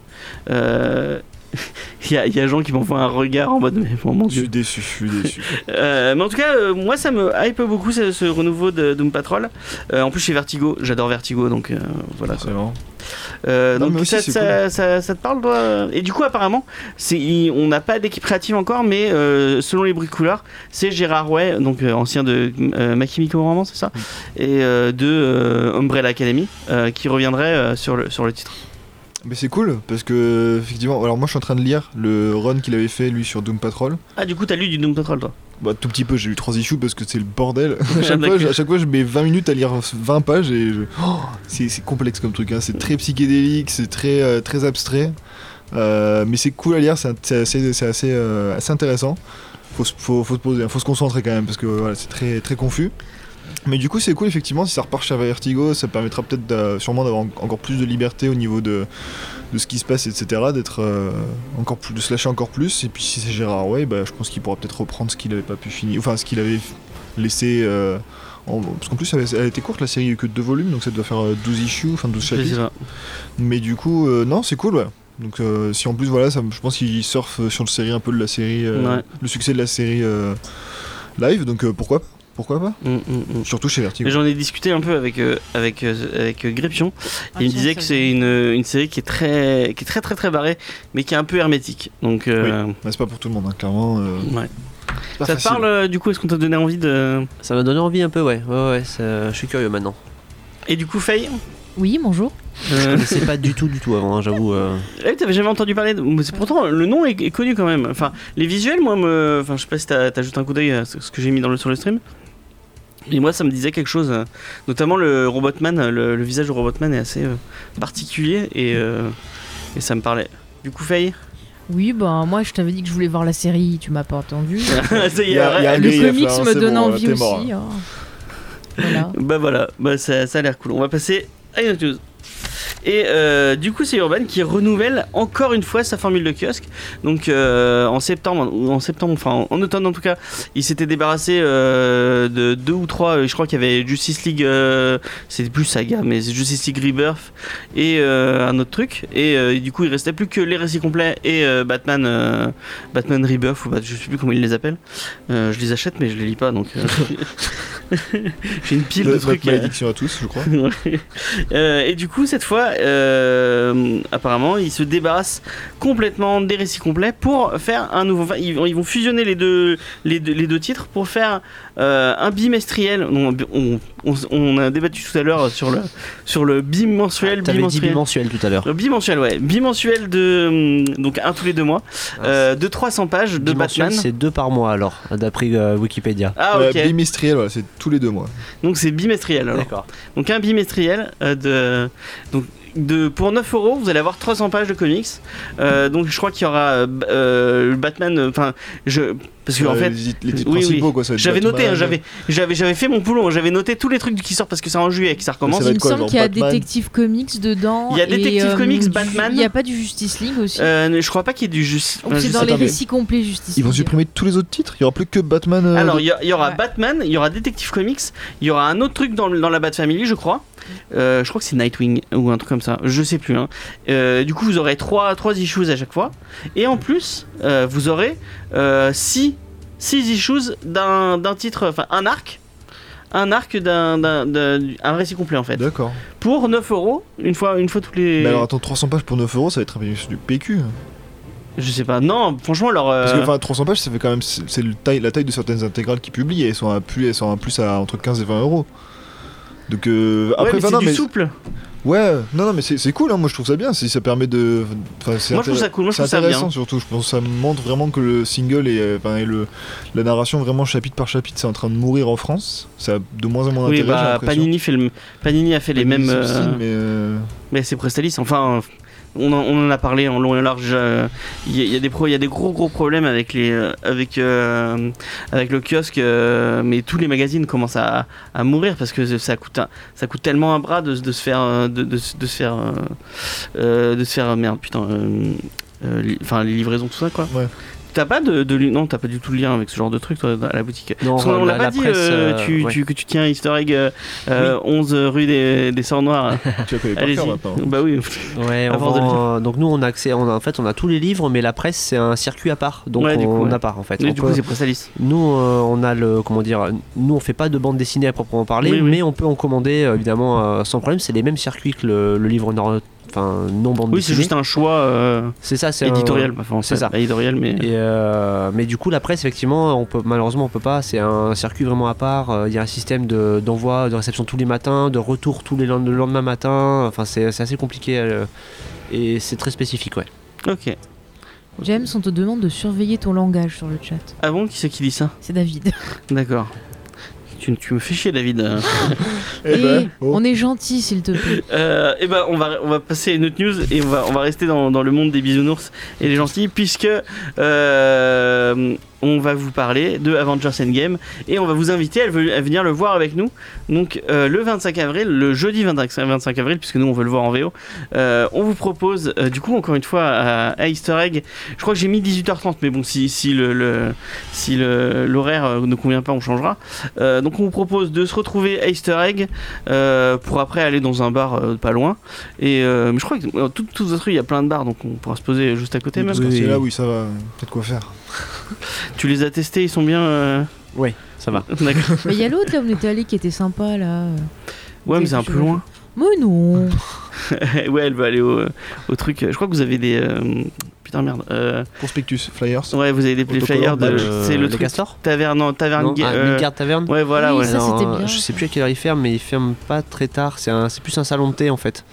[SPEAKER 1] euh, Il y, a, il y a gens qui m'envoient un regard en mode mais bon, mon
[SPEAKER 4] Je suis
[SPEAKER 1] dieu.
[SPEAKER 4] déçu, je suis déçu.
[SPEAKER 1] Euh, mais en tout cas, euh, moi ça me hype beaucoup ce, ce renouveau de Doom Patrol. Euh, en plus, chez Vertigo, j'adore Vertigo donc euh, voilà. quoi.
[SPEAKER 4] C'est marrant.
[SPEAKER 1] Euh,
[SPEAKER 4] Non,
[SPEAKER 1] donc
[SPEAKER 4] mais aussi,
[SPEAKER 1] ça,
[SPEAKER 4] c'est
[SPEAKER 1] ça, ça- ça te parle toi euh Et du coup apparemment, c'est, il- on n'a pas d'équipe créative encore, mais euh, selon les bruits de couleur, c'est Gérard Way, donc euh, ancien de euh, Makimiko Roman, c'est ça Et euh, de euh, Umbrella Academy, euh, qui reviendrait euh, sur, le, sur le titre.
[SPEAKER 4] Mais c'est cool parce que effectivement, alors moi je suis en train de lire le run qu'il avait fait lui sur Doom Patrol.
[SPEAKER 1] Ah du coup t'as lu du Doom Patrol toi
[SPEAKER 4] Bah tout petit peu, j'ai eu trois issues parce que c'est le bordel. à, chaque
[SPEAKER 1] J'aime la
[SPEAKER 4] fois,
[SPEAKER 1] queue.
[SPEAKER 4] à chaque fois, je mets 20 minutes à lire 20 pages et je- Oh, c'est c'est complexe comme truc. hein. C'est très psychédélique, c'est très euh, très abstrait, Euh, mais c'est cool à lire. C'est un- c'est assez c'est assez, euh, assez intéressant. Faut, se- faut, faut se poser, hein, faut se concentrer quand même parce que voilà, c'est très très confus. Mais du coup, c'est cool effectivement si ça repart chez Vertigo, ça permettra peut-être d'a- sûrement d'avoir en- encore plus de liberté au niveau de de ce qui se passe, etc. D'être euh, encore plus, de se lâcher encore plus. Et puis si c'est Gérard Way, bah, je pense qu'il pourra peut-être reprendre ce qu'il avait pas pu finir, enfin ce qu'il avait laissé. euh, en- Parce qu'en plus, elle, elle était courte, la série, il y a eu que deux volumes, donc ça doit faire euh, 12 issues, enfin 12
[SPEAKER 1] Je sais
[SPEAKER 4] chapitres.
[SPEAKER 1] pas.
[SPEAKER 4] Mais du coup, euh, non, c'est cool, ouais. Donc euh, si en plus, voilà, ça, me- je pense qu'il surfe euh, sur le série un peu de la série, euh,
[SPEAKER 1] Ouais.
[SPEAKER 4] le succès de la série euh, live, donc euh, pourquoi, pourquoi pas
[SPEAKER 1] Mm, mm, mm.
[SPEAKER 4] Surtout chez Vertigo.
[SPEAKER 1] Mais J'en ai discuté un peu avec euh, avec euh, avec euh, Grépillon.
[SPEAKER 2] Ah,
[SPEAKER 1] Il me disait que c'est une, euh, une série qui est très qui est très très très barrée, mais qui est un peu hermétique. Donc euh,
[SPEAKER 4] Bah, c'est pas pour tout le monde, hein, clairement. euh,
[SPEAKER 1] ouais.
[SPEAKER 4] pas
[SPEAKER 1] Ça te
[SPEAKER 4] facile.
[SPEAKER 1] parle euh, du coup Est-ce qu'on t'a donné envie de
[SPEAKER 3] Ça m'a donné envie un peu, ouais. Ouais, ouais, ça- je suis curieux maintenant.
[SPEAKER 1] Et du coup, Faye
[SPEAKER 2] Oui, bonjour.
[SPEAKER 1] euh,
[SPEAKER 3] Mais c'est pas du tout, du tout avant, hein, j'avoue. euh.
[SPEAKER 1] eh, T'avais jamais entendu parler de... mais c'est- Pourtant, le nom est, est connu quand même. Enfin, les visuels, moi, me... enfin, je sais pas si t'as t'as jeté un coup d'œil à ce ce que j'ai mis dans le, sur le stream. Mais moi, ça me disait quelque chose. euh, Notamment le Robotman, euh, le, le visage du Robotman est assez euh, particulier. Et, euh, Et ça me parlait. Du coup, Faye
[SPEAKER 2] Oui, ben moi je t'avais dit que je voulais voir la série, tu m'as pas entendu.
[SPEAKER 1] Ça y
[SPEAKER 4] Il y a- il y a
[SPEAKER 1] arrête.
[SPEAKER 4] un
[SPEAKER 2] le
[SPEAKER 4] grief,
[SPEAKER 2] comics
[SPEAKER 4] là, hein,
[SPEAKER 2] me
[SPEAKER 4] c'est
[SPEAKER 2] donne
[SPEAKER 4] bon,
[SPEAKER 2] envie
[SPEAKER 4] t'es mort,
[SPEAKER 2] aussi. hein. Voilà.
[SPEAKER 1] Bah voilà, bah ça, ça a l'air cool. On va passer à une autre news. Et euh, du coup, c'est Urban qui renouvelle encore une fois sa formule de kiosque. Donc euh, en septembre, ou en septembre, enfin en, en automne en tout cas, il s'était débarrassé euh, de deux ou trois. euh, Je crois qu'il y avait Justice League, euh, c'était plus Saga, mais c'est Justice League Rebirth et euh, un autre truc. Et euh, du coup, il restait plus que les récits complets et euh, Batman, euh, Batman Rebirth ou Bat- je sais plus comment ils les appellent. Euh, je les achète, mais je les lis pas, donc euh, j'ai une pile
[SPEAKER 4] Le
[SPEAKER 1] de trucs. euh,
[SPEAKER 4] malédiction à tous, je crois.
[SPEAKER 1] Euh, et du coup, cette fois, euh, apparemment, ils se débarrassent complètement des récits complets pour faire un nouveau. enfin, Ils vont, ils vont fusionner les deux, les deux, les deux titres pour faire euh, un bimestriel. On, on, on- on a débattu tout à l'heure sur le, sur le bimensuel.
[SPEAKER 3] Ah, T'avais dit
[SPEAKER 1] bimensuel.
[SPEAKER 3] bimensuel tout à l'heure.
[SPEAKER 1] Euh, Bimensuel, ouais. Bimensuel de. hum, Donc un tous les deux mois. euh, de 300 pages de
[SPEAKER 3] Ah, Bimensuel,
[SPEAKER 1] Batman.
[SPEAKER 3] C'est deux par mois alors, d'après euh, Wikipédia.
[SPEAKER 1] Ah, ok.
[SPEAKER 4] Ouais, bimestriel, voilà, c'est tous les deux mois.
[SPEAKER 1] Donc c'est bimestriel alors.
[SPEAKER 3] D'accord.
[SPEAKER 1] Donc un bimestriel euh, de donc de pour 9 euros, vous allez avoir 300 pages de comics. Euh, donc je crois qu'il y aura euh, b- euh, Batman. euh, Enfin, je parce que en
[SPEAKER 4] Euh,
[SPEAKER 1] fait.
[SPEAKER 4] les, titres- les titres
[SPEAKER 1] oui, oui.
[SPEAKER 4] principaux, quoi. ça va être
[SPEAKER 1] J'avais noté,
[SPEAKER 4] Batman,
[SPEAKER 1] hein, j'avais, j'avais, j'avais fait mon boulot, hein, j'avais noté tous les trucs qui sortent parce que c'est en juillet que ça recommence.
[SPEAKER 4] Ça va
[SPEAKER 2] Il
[SPEAKER 4] être
[SPEAKER 2] me
[SPEAKER 4] quoi,
[SPEAKER 2] semble
[SPEAKER 4] genre
[SPEAKER 2] qu'il y a
[SPEAKER 4] Batman
[SPEAKER 2] Détective Comics dedans.
[SPEAKER 1] Il y a
[SPEAKER 2] et,
[SPEAKER 1] Détective
[SPEAKER 2] euh,
[SPEAKER 1] Comics,
[SPEAKER 2] du-
[SPEAKER 1] Batman.
[SPEAKER 2] Il n'y a pas du Justice League aussi.
[SPEAKER 1] Euh, je crois pas qu'il y ait du juste.
[SPEAKER 2] Ou c'est dans les
[SPEAKER 4] attendez.
[SPEAKER 2] récits complets Justice
[SPEAKER 4] euh, Ils vont
[SPEAKER 2] League.
[SPEAKER 4] supprimer tous les autres titres Il n'y aura plus que Batman. euh,
[SPEAKER 1] Alors,
[SPEAKER 4] de-
[SPEAKER 1] il y, a- il y aura
[SPEAKER 2] Ouais.
[SPEAKER 1] Batman, il y aura Detective Comics, il y aura un autre truc dans, le- dans la Bat Family, je crois. Euh, je crois que c'est Nightwing ou un truc comme ça, je sais plus. hein. Euh, du coup, vous aurez trois, trois issues à chaque fois. Et en plus, euh, vous aurez 6 issues d'un d'un titre, enfin un arc. Un arc d'un d'un- d'un- un récit complet en fait.
[SPEAKER 4] D'accord.
[SPEAKER 1] Pour 9 euros, une fois, une fois tous les.
[SPEAKER 4] Mais alors attends, 300 pages pour 9 euros, ça va être un peu du PQ. hein.
[SPEAKER 1] Je sais pas, non, franchement, leur. euh,
[SPEAKER 4] Parce que enfin, 300 pages, ça fait quand même. C'est c'est le taille, la taille de certaines intégrales qu'ils publient et elles sont à plus, elles sont à plus à entre 15 et 20 euros. Donc euh,
[SPEAKER 1] ouais,
[SPEAKER 4] après,
[SPEAKER 1] mais
[SPEAKER 4] enfin,
[SPEAKER 1] c'est
[SPEAKER 4] non,
[SPEAKER 1] du
[SPEAKER 4] mais-
[SPEAKER 1] souple.
[SPEAKER 4] ouais, non, non, mais c'est c'est cool, hein, moi je trouve ça bien, si ça permet de. Enfin, c'est
[SPEAKER 1] Moi je trouve
[SPEAKER 4] intér-
[SPEAKER 1] ça cool, moi je
[SPEAKER 4] C'est
[SPEAKER 1] trouve ça bien.
[SPEAKER 4] intéressant surtout, je pense que ça montre vraiment que le single et, euh, enfin, et le, la narration vraiment chapitre par chapitre c'est en train de mourir en France. Ça a de moins en moins
[SPEAKER 1] Oui,
[SPEAKER 4] d'intérêt. j'ai
[SPEAKER 1] bah,
[SPEAKER 4] l'impression.
[SPEAKER 1] Panini, fait le- Panini a fait les mêmes.
[SPEAKER 4] Panini, c'est
[SPEAKER 1] euh,
[SPEAKER 4] possible, mais, euh,
[SPEAKER 1] Mais c'est Prestalis, enfin, on en, on en a parlé en long et en large. euh, Il y, a- il y a des pro- il y a des gros gros problèmes avec les, euh, avec, euh, avec le kiosque, euh, mais tous les magazines commencent à, à mourir parce que ça coûte, un- ça coûte tellement un bras de, se- de se faire, euh, de, de se de se faire, euh, euh, de se faire, merde, putain, euh, euh, li- enfin les livraisons tout ça quoi.
[SPEAKER 4] Ouais.
[SPEAKER 1] T'as pas de, de li- non t'as pas du tout le lien avec ce genre de truc toi à la boutique.
[SPEAKER 3] Non,
[SPEAKER 1] Parce qu'on- on l'a
[SPEAKER 3] la-
[SPEAKER 1] pas
[SPEAKER 3] la
[SPEAKER 1] dit
[SPEAKER 3] presse,
[SPEAKER 1] euh,
[SPEAKER 3] euh,
[SPEAKER 1] tu,
[SPEAKER 3] ouais.
[SPEAKER 1] tu- que tu tiens Easter Egg euh, euh, 11 rue des, des Sorts Noirs.
[SPEAKER 4] tu la connais par
[SPEAKER 1] Allez-y.
[SPEAKER 4] cœur maintenant.
[SPEAKER 1] Bah oui.
[SPEAKER 3] Ouais, on
[SPEAKER 1] Avant de le
[SPEAKER 3] vend- donc nous on a accès, on a- en fait on a tous les livres, mais la presse c'est un circuit à part, donc
[SPEAKER 1] Ouais, du coup,
[SPEAKER 3] on
[SPEAKER 1] ouais.
[SPEAKER 3] a part en fait.
[SPEAKER 1] Mais
[SPEAKER 3] On
[SPEAKER 1] du
[SPEAKER 3] peut-
[SPEAKER 1] coup, c'est Prestalis.
[SPEAKER 3] nous euh, on a le, comment dire, nous on fait pas de bande dessinée à proprement parler,
[SPEAKER 1] Oui, oui.
[SPEAKER 3] mais on peut en commander euh, évidemment euh, sans problème. C'est les mêmes circuits que le, le livre nor- enfin non bande
[SPEAKER 1] Oui, c'est
[SPEAKER 3] dessinée.
[SPEAKER 1] juste un choix euh,
[SPEAKER 3] C'est ça, c'est un-
[SPEAKER 1] éditorial. Enfin,
[SPEAKER 3] c'est ça.
[SPEAKER 1] pas Éditorial, mais.
[SPEAKER 3] Et, euh, mais du coup, la presse, effectivement, on peut, malheureusement, on peut pas. C'est un circuit vraiment à part. Euh, Il y a un système de- d'envoi, de, réception tous les matins, de retour tous les lend- le lendemain matin. Enfin, c'est c'est assez compliqué euh, et c'est très spécifique, ouais.
[SPEAKER 1] Ok.
[SPEAKER 2] James, on te demande de surveiller ton langage sur le chat.
[SPEAKER 1] Ah bon, qui c'est qui dit ça
[SPEAKER 2] C'est David.
[SPEAKER 1] D'accord. Tu, tu me fais chier, David.
[SPEAKER 4] Eh
[SPEAKER 2] Et
[SPEAKER 4] ben, oh.
[SPEAKER 2] on est gentil, s'il te plaît.
[SPEAKER 1] euh, et ben, on va, on va passer à une autre news et on va, on va rester dans, dans le monde des bisounours et des gentils, puisque euh, on va vous parler de Avengers Endgame et on va vous inviter à, le- à venir le voir avec nous. Donc, euh, le 25 avril, le jeudi 25, 25 avril, puisque nous on veut le voir en VO, euh, on vous propose, euh, du coup, encore une fois, à, à Easter Egg. Je crois que j'ai mis 18h30, mais bon, si, si le, le- si le- l'horaire euh, ne convient pas, on changera. Euh, donc, on vous propose de se retrouver à Easter Egg euh, pour après aller dans un bar euh, pas loin. Et euh, mais je crois que euh, tout, tout autre, il y a plein de bars, donc on pourra se poser juste à côté même.
[SPEAKER 4] Parce que
[SPEAKER 3] Oui.
[SPEAKER 4] c'est là, oui, ça va, hein. peut-être quoi faire.
[SPEAKER 1] Tu les as testés, ils sont bien. euh,
[SPEAKER 3] Ouais, ça va.
[SPEAKER 1] D'accord.
[SPEAKER 2] Mais Il y a l'autre, là, où on était allé, qui était sympa, là.
[SPEAKER 1] Ouais, mais c'est un peu loin.
[SPEAKER 2] Mais non.
[SPEAKER 4] Euh.
[SPEAKER 1] ouais, elle veut aller au, euh, au truc. Je crois que vous avez des. euh, Putain, merde. Euh,
[SPEAKER 4] Prospectus, flyers.
[SPEAKER 1] ouais, vous avez des, des flyers
[SPEAKER 4] Autocollants,
[SPEAKER 1] de.
[SPEAKER 4] badge,
[SPEAKER 1] Bah, c'est le
[SPEAKER 3] Les
[SPEAKER 1] truc.
[SPEAKER 3] Castors
[SPEAKER 1] Taverne, non, taverne.
[SPEAKER 3] Euh, Non,
[SPEAKER 1] ga-
[SPEAKER 3] ah,
[SPEAKER 1] euh,
[SPEAKER 3] Midgard Tavern
[SPEAKER 1] ouais, voilà,
[SPEAKER 2] Oui,
[SPEAKER 1] ouais.
[SPEAKER 2] ça,
[SPEAKER 3] Alors,
[SPEAKER 2] c'était
[SPEAKER 3] euh,
[SPEAKER 2] bien,
[SPEAKER 3] Je sais
[SPEAKER 2] ça.
[SPEAKER 3] plus à quelle heure il ferme, mais il ferme pas très tard. C'est un- c'est plus un salon de thé en fait.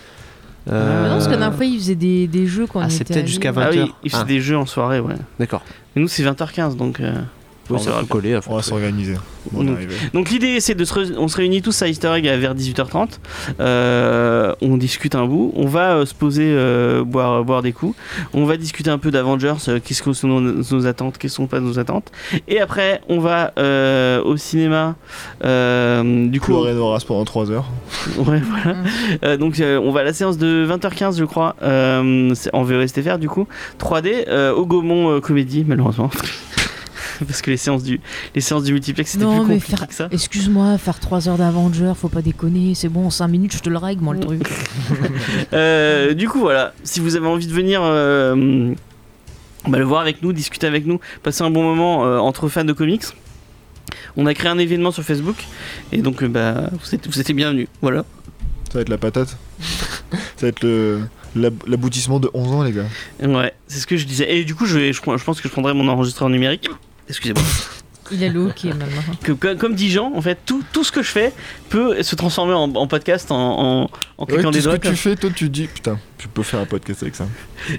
[SPEAKER 2] Ah
[SPEAKER 3] Euh,
[SPEAKER 2] Non, parce qu'à la dernière fois, ils faisaient des, des jeux quand
[SPEAKER 3] Ah,
[SPEAKER 2] on
[SPEAKER 3] c'est
[SPEAKER 2] était
[SPEAKER 3] peut-être
[SPEAKER 2] allés.
[SPEAKER 3] jusqu'à
[SPEAKER 1] Ah
[SPEAKER 3] 20
[SPEAKER 1] oui,
[SPEAKER 3] heures.
[SPEAKER 1] ils faisaient
[SPEAKER 3] Ah.
[SPEAKER 1] des jeux en soirée, ouais.
[SPEAKER 3] D'accord.
[SPEAKER 1] Et nous, c'est 20h15, donc. euh,
[SPEAKER 3] on
[SPEAKER 1] Oui, c'est
[SPEAKER 3] va
[SPEAKER 1] vrai.
[SPEAKER 3] tout coller. enfin,
[SPEAKER 4] On va s'organiser. Bon, on
[SPEAKER 1] Donc,
[SPEAKER 4] est arrivé.
[SPEAKER 1] Donc l'idée c'est de se, re- on se réunit tous à Easter Egg à vers 18h30. Euh, on discute un bout, on va euh, se poser euh, boire boire des coups, on va discuter un peu d'Avengers, euh, qu'est-ce que sont nos, nos attentes, quelles sont pas nos attentes. Et après on va euh, au cinéma. euh, du coup,
[SPEAKER 4] Pleurer Noras pendant 3 heures.
[SPEAKER 1] Ouais, voilà.
[SPEAKER 2] Mm.
[SPEAKER 1] Euh, donc euh, on va à la séance de 20h15 je crois euh, c'est en VOSTFR du coup 3D euh, au Gaumont euh, Comédie malheureusement parce que les séances du les séances du multiplex c'était plus
[SPEAKER 2] Non, mais
[SPEAKER 1] compliqué
[SPEAKER 2] faire-
[SPEAKER 1] que ça
[SPEAKER 2] Excuse-moi, faire 3 heures d'Avenger, faut pas déconner, c'est bon, en 5 minutes je te le règle, moi le truc.
[SPEAKER 1] Euh, du coup, voilà. Si vous avez envie de venir. euh, bah, le voir avec nous, discuter avec nous, passer un bon moment euh, entre fans de comics. On a créé un événement sur Facebook et donc euh, bah, vous, êtes, vous étiez bienvenus. Voilà.
[SPEAKER 4] Ça va être la patate. Ça va être le- l'ab- l'aboutissement de 11 ans, les gars.
[SPEAKER 1] Ouais, c'est ce que je disais. Et du coup, je, vais, je, prends- je pense que je prendrai mon enregistreur numérique. Excusez-moi.
[SPEAKER 2] Il a le hockey maintenant.
[SPEAKER 1] Que- que- comme dit Jean, en fait, tout, tout ce que je fais peut se transformer en, en podcast en, en, en
[SPEAKER 4] Ouais,
[SPEAKER 1] cliquant
[SPEAKER 4] tout
[SPEAKER 1] des
[SPEAKER 4] ce
[SPEAKER 1] doigts.
[SPEAKER 4] que tu fais, toi, tu dis putain, je peux faire un podcast avec ça.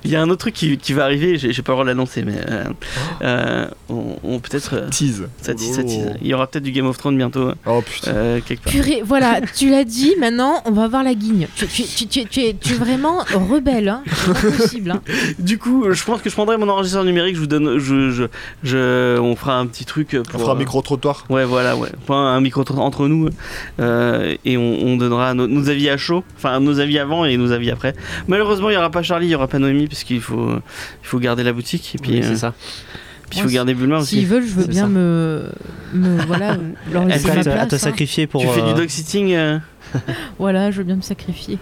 [SPEAKER 1] Il y a un autre truc qui, qui va arriver, j'ai j'ai pas le droit de l'annoncer, mais euh,
[SPEAKER 4] Oh.
[SPEAKER 1] euh, on, on peut-être. euh,
[SPEAKER 4] Tease.
[SPEAKER 1] Ça tease,
[SPEAKER 4] Oh
[SPEAKER 1] ça
[SPEAKER 4] là
[SPEAKER 1] tease.
[SPEAKER 4] là.
[SPEAKER 1] Il y aura peut-être du Game of Thrones bientôt
[SPEAKER 4] Oh putain.
[SPEAKER 1] euh, quelque part.
[SPEAKER 2] Purée, voilà, tu l'as dit, maintenant on va voir la guigne. Tu, tu, tu, tu- tu es, tu es vraiment rebelle, hein. c'est pas possible. Hein.
[SPEAKER 1] Du coup, euh, je pense que je prendrai mon enregistreur numérique. Je vous donne, je, je, je- on fera un petit truc euh, pour.
[SPEAKER 4] On fera un micro-trottoir.
[SPEAKER 1] Ouais, voilà, ouais. Enfin, un micro entre nous euh, et on, on donnera nos, nos avis à chaud, enfin nos avis avant et nos avis après. Malheureusement, il y aura pas Charlie, il y aura pas Noémie parce qu'il faut, il faut garder la boutique et puis,
[SPEAKER 3] Oui,
[SPEAKER 1] euh,
[SPEAKER 3] c'est ça.
[SPEAKER 1] puis il faut
[SPEAKER 2] Ouais,
[SPEAKER 1] garder Bulma aussi.
[SPEAKER 2] S'ils veulent, je veux
[SPEAKER 3] C'est
[SPEAKER 2] bien
[SPEAKER 3] ça.
[SPEAKER 2] me, me. Voilà, euh, leur
[SPEAKER 1] Elle
[SPEAKER 3] À
[SPEAKER 2] laisser
[SPEAKER 1] fait-
[SPEAKER 2] ma
[SPEAKER 3] te- à te
[SPEAKER 2] place. hein.
[SPEAKER 3] sacrifier pour.
[SPEAKER 1] Tu fais du
[SPEAKER 3] euh,
[SPEAKER 1] dog sitting, euh,
[SPEAKER 2] Voilà, je veux bien me sacrifier.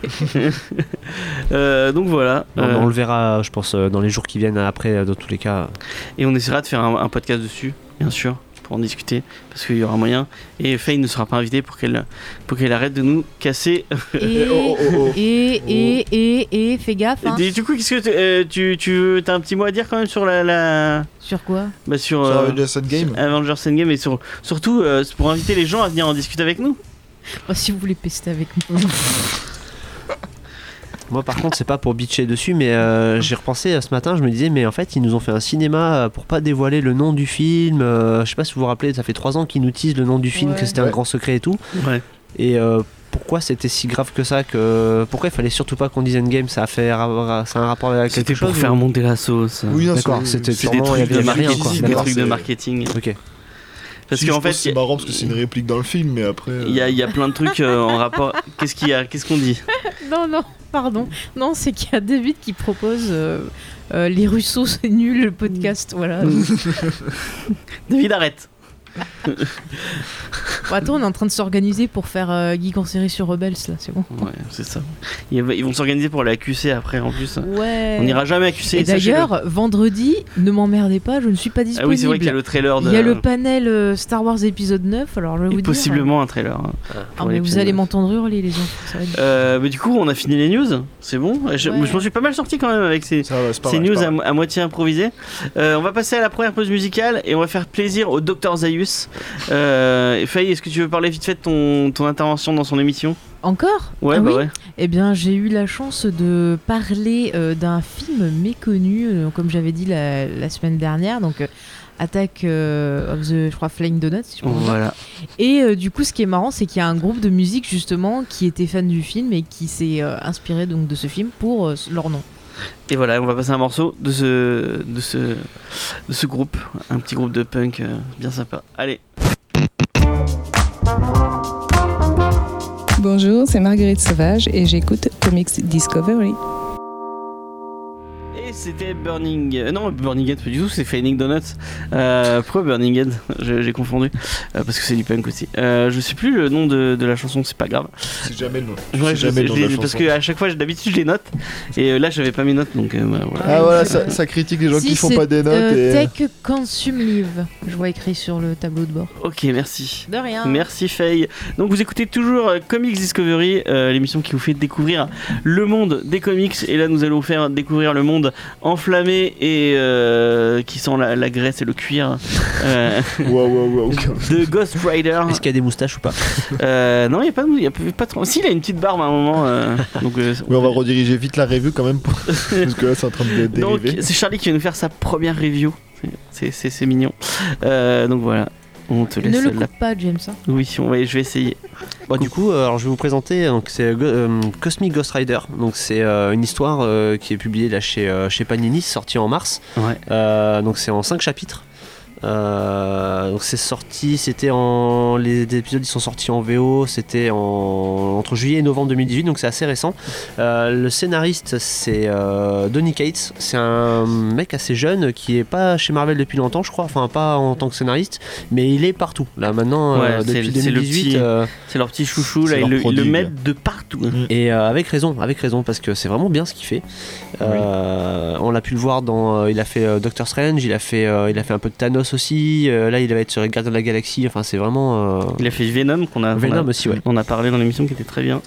[SPEAKER 1] euh, donc voilà.
[SPEAKER 3] on-
[SPEAKER 1] Euh,
[SPEAKER 3] On le verra, je pense, euh, dans les jours qui viennent après, euh, dans tous les cas.
[SPEAKER 1] Et on essaiera de faire un, un podcast dessus, bien sûr, pour en discuter, parce qu'il y aura moyen. Et Faye ne sera pas invitée pour qu'elle pour qu'elle arrête de nous casser.
[SPEAKER 2] Et,
[SPEAKER 4] oh, oh, oh, oh.
[SPEAKER 2] et, et, et, et, fais gaffe, hein.
[SPEAKER 1] Et du coup, qu'est-ce que t- euh, tu tu veux t'as un petit mot à dire quand même sur la, la
[SPEAKER 2] Sur quoi
[SPEAKER 1] bah sur
[SPEAKER 4] Ça
[SPEAKER 1] euh,
[SPEAKER 4] va déjà cette game.
[SPEAKER 1] Avengers Endgame et sur surtout euh, c'est pour inviter les gens à venir en discuter avec nous.
[SPEAKER 2] Oh, Si vous voulez pester avec moi.
[SPEAKER 3] Moi, par contre, c'est pas pour bitcher dessus, mais euh, j'ai repensé euh, ce matin, je me disais, mais en fait, ils nous ont fait un cinéma euh, pour pas dévoiler le nom du film. euh, je sais pas si vous vous rappelez, ça fait trois ans qu'ils nous disent le nom du film,
[SPEAKER 2] Ouais.
[SPEAKER 3] que c'était un
[SPEAKER 4] Ouais.
[SPEAKER 3] grand secret et tout.
[SPEAKER 1] Ouais.
[SPEAKER 3] Et euh, pourquoi c'était si grave que ça que Pourquoi il fallait surtout pas qu'on dise Endgame Ça a fait ra- ça a un rapport avec quelque
[SPEAKER 1] C'était pour
[SPEAKER 3] chose
[SPEAKER 1] faire
[SPEAKER 3] ou-
[SPEAKER 1] monter la sauce.
[SPEAKER 4] non,
[SPEAKER 3] D'accord,
[SPEAKER 4] c'est-
[SPEAKER 3] c'était
[SPEAKER 1] C'est des
[SPEAKER 3] sûrement il y
[SPEAKER 1] trucs de
[SPEAKER 3] avait rien
[SPEAKER 4] marketing,
[SPEAKER 3] quoi.
[SPEAKER 1] marketing, des
[SPEAKER 4] d'accord,
[SPEAKER 3] D'accord.
[SPEAKER 1] trucs de
[SPEAKER 4] c'est-
[SPEAKER 1] marketing.
[SPEAKER 3] Ok.
[SPEAKER 1] Parce
[SPEAKER 4] Si, je
[SPEAKER 1] qu'en
[SPEAKER 4] pense
[SPEAKER 1] fait,
[SPEAKER 4] que c'est marrant parce que c'est une réplique dans le film, mais après. euh,
[SPEAKER 1] il y a, il y a plein de trucs euh, en rapport. Qu'est-ce qu'il y a Qu'est-ce qu'on dit
[SPEAKER 2] Non, non, pardon. Non, c'est qu'il y a David qui propose euh, euh, Les Russos, c'est nul, le podcast. Voilà.
[SPEAKER 1] David arrête.
[SPEAKER 2] Bon, attends, on est en train de s'organiser pour faire euh, Geek en série sur Rebels, là, c'est bon.
[SPEAKER 1] Ouais, c'est ça. Ils ils vont s'organiser pour la QC après en plus.
[SPEAKER 2] Ouais.
[SPEAKER 1] On n'ira jamais à QC.
[SPEAKER 2] Et
[SPEAKER 1] sachez-le.
[SPEAKER 2] d'ailleurs, vendredi, ne m'emmerdez pas, je ne suis pas disponible.
[SPEAKER 1] Ah oui, c'est vrai qu'il y a le trailer de.
[SPEAKER 2] Il y a le panel euh, Star Wars épisode 9, alors je vais
[SPEAKER 1] et
[SPEAKER 2] vous dire.
[SPEAKER 1] possiblement un trailer. hein,
[SPEAKER 2] Ah,
[SPEAKER 1] pour
[SPEAKER 2] mais vous
[SPEAKER 1] l'épisode.
[SPEAKER 2] allez m'entendre hurler, les enfants. ça va être-
[SPEAKER 1] Euh, mais du coup, on a fini les news. C'est bon. Je,
[SPEAKER 2] Ouais.
[SPEAKER 1] je m'en suis pas mal sorti quand même avec ces,
[SPEAKER 4] Ça va, c'est pas
[SPEAKER 1] ces
[SPEAKER 4] mal,
[SPEAKER 1] news
[SPEAKER 4] c'est
[SPEAKER 1] à,
[SPEAKER 4] pas mal.
[SPEAKER 1] mo- à moitié improvisées. Euh, on va passer à la première pause musicale et on va faire plaisir au Dr Zaius. Euh, Faye, est-ce que tu veux parler vite fait de ton, ton intervention dans son émission
[SPEAKER 2] Encore
[SPEAKER 1] Ouais,
[SPEAKER 2] Ah
[SPEAKER 1] bah
[SPEAKER 2] oui
[SPEAKER 1] ouais.
[SPEAKER 2] Eh bien, j'ai eu la chance de parler euh, d'un film méconnu, euh, comme j'avais dit la, la semaine dernière, donc euh, Attack euh, of the, je crois, Flying Donuts, si je me trompe pas.
[SPEAKER 1] Voilà.
[SPEAKER 2] Et euh, du coup, ce qui est marrant, c'est qu'il y a un groupe de musique justement qui était fan du film et qui s'est euh, inspiré donc de ce film pour euh, leur nom.
[SPEAKER 1] Et voilà, on va passer un morceau de ce, de ce, de ce groupe. Un petit groupe de punk euh, bien sympa. Allez.
[SPEAKER 5] Bonjour, c'est Marguerite Sauvage et j'écoute Comics Discovery.
[SPEAKER 1] Et c'était Burning. euh, non, Burning Head, pas du tout, c'est Failing Donuts. Euh, pourquoi Burning Head Je- J'ai confondu. Euh, parce que c'est du punk aussi. Euh, je sais plus le nom de, de la chanson, c'est pas grave.
[SPEAKER 4] C'est jamais le nom.
[SPEAKER 1] Ouais,
[SPEAKER 4] C'est
[SPEAKER 1] je
[SPEAKER 4] jamais
[SPEAKER 1] sais-
[SPEAKER 4] le nom de
[SPEAKER 1] je
[SPEAKER 4] la
[SPEAKER 1] les-
[SPEAKER 4] chanson.
[SPEAKER 1] parce que à chaque fois, j'ai- d'habitude, je les note. Et euh, là, j'avais pas mes notes, donc euh, bah, voilà.
[SPEAKER 4] Ah voilà, ça, ça critique les gens
[SPEAKER 2] Si,
[SPEAKER 4] qui font
[SPEAKER 2] c'est,
[SPEAKER 4] pas des notes.
[SPEAKER 2] euh,
[SPEAKER 4] et...
[SPEAKER 2] Tech Consume Live, je vois écrit sur le tableau de bord.
[SPEAKER 1] Ok, merci.
[SPEAKER 2] De rien.
[SPEAKER 1] Merci Faye. Donc vous écoutez toujours euh, Comics Discovery, euh, l'émission qui vous fait découvrir le monde des comics. Et là nous allons vous faire découvrir le monde enflammé et euh, qui sent la, la graisse et le cuir euh,
[SPEAKER 4] Waouh, waouh, waouh.
[SPEAKER 1] de Ghost Rider.
[SPEAKER 3] Est-ce qu'il y a des moustaches ou pas
[SPEAKER 1] Euh, non, il n'y a pas de... il Y a pas trop... Si, il a une petite barbe à un moment. euh, donc, euh,
[SPEAKER 4] Mais on va rediriger vite la revue quand même, pour- parce que là c'est en train de dé-
[SPEAKER 1] Donc,
[SPEAKER 4] dériver.
[SPEAKER 1] c'est Charlie qui va nous faire sa première review C'est- C'est c'est mignon. Euh, donc voilà, on te laisse
[SPEAKER 2] Ne le
[SPEAKER 1] la...
[SPEAKER 2] coupe pas, James. hein.
[SPEAKER 1] Oui, on va, je vais essayer.
[SPEAKER 3] Bah, du coup, euh, alors, je vais vous présenter. Donc, c'est euh, Go- euh, Cosmic Ghost Rider. Donc, c'est euh, une histoire euh, qui est publiée là chez, euh, chez Panini, sortie en mars.
[SPEAKER 1] Ouais.
[SPEAKER 3] Euh, donc, c'est en 5 chapitres. Euh, donc, c'est sorti. C'était en les épisodes ils sont sortis en VO. C'était en entre juillet et novembre 2018. Donc, c'est assez récent. Euh, le scénariste, c'est euh, Donny Cates. C'est un mec assez jeune qui est pas chez Marvel depuis longtemps, je crois. Enfin, pas en tant que scénariste, mais il est partout. Là, maintenant,
[SPEAKER 1] Ouais,
[SPEAKER 3] euh,
[SPEAKER 1] c'est-
[SPEAKER 3] depuis
[SPEAKER 1] c'est le
[SPEAKER 3] 2018.
[SPEAKER 1] petit-
[SPEAKER 3] euh,
[SPEAKER 1] C'est leur petit chouchou,
[SPEAKER 4] C'est
[SPEAKER 1] là, ils
[SPEAKER 4] leur
[SPEAKER 1] le, ils le
[SPEAKER 4] prodigue.
[SPEAKER 1] mettent de partout. hein.
[SPEAKER 3] Et euh, avec raison, avec raison, parce que c'est vraiment bien ce qu'il fait. Euh, On l'a pu le voir dans. euh, il a fait euh, Doctor Strange, il a fait, euh, il a fait un peu de Thanos aussi. euh, là, il va être sur les Gardiens de la Galaxie. Enfin, c'est vraiment. euh,
[SPEAKER 1] Il a fait Venom qu'on a, qu'on a-
[SPEAKER 3] Venom aussi, ouais.
[SPEAKER 1] on a parlé dans l'émission qui était très bien.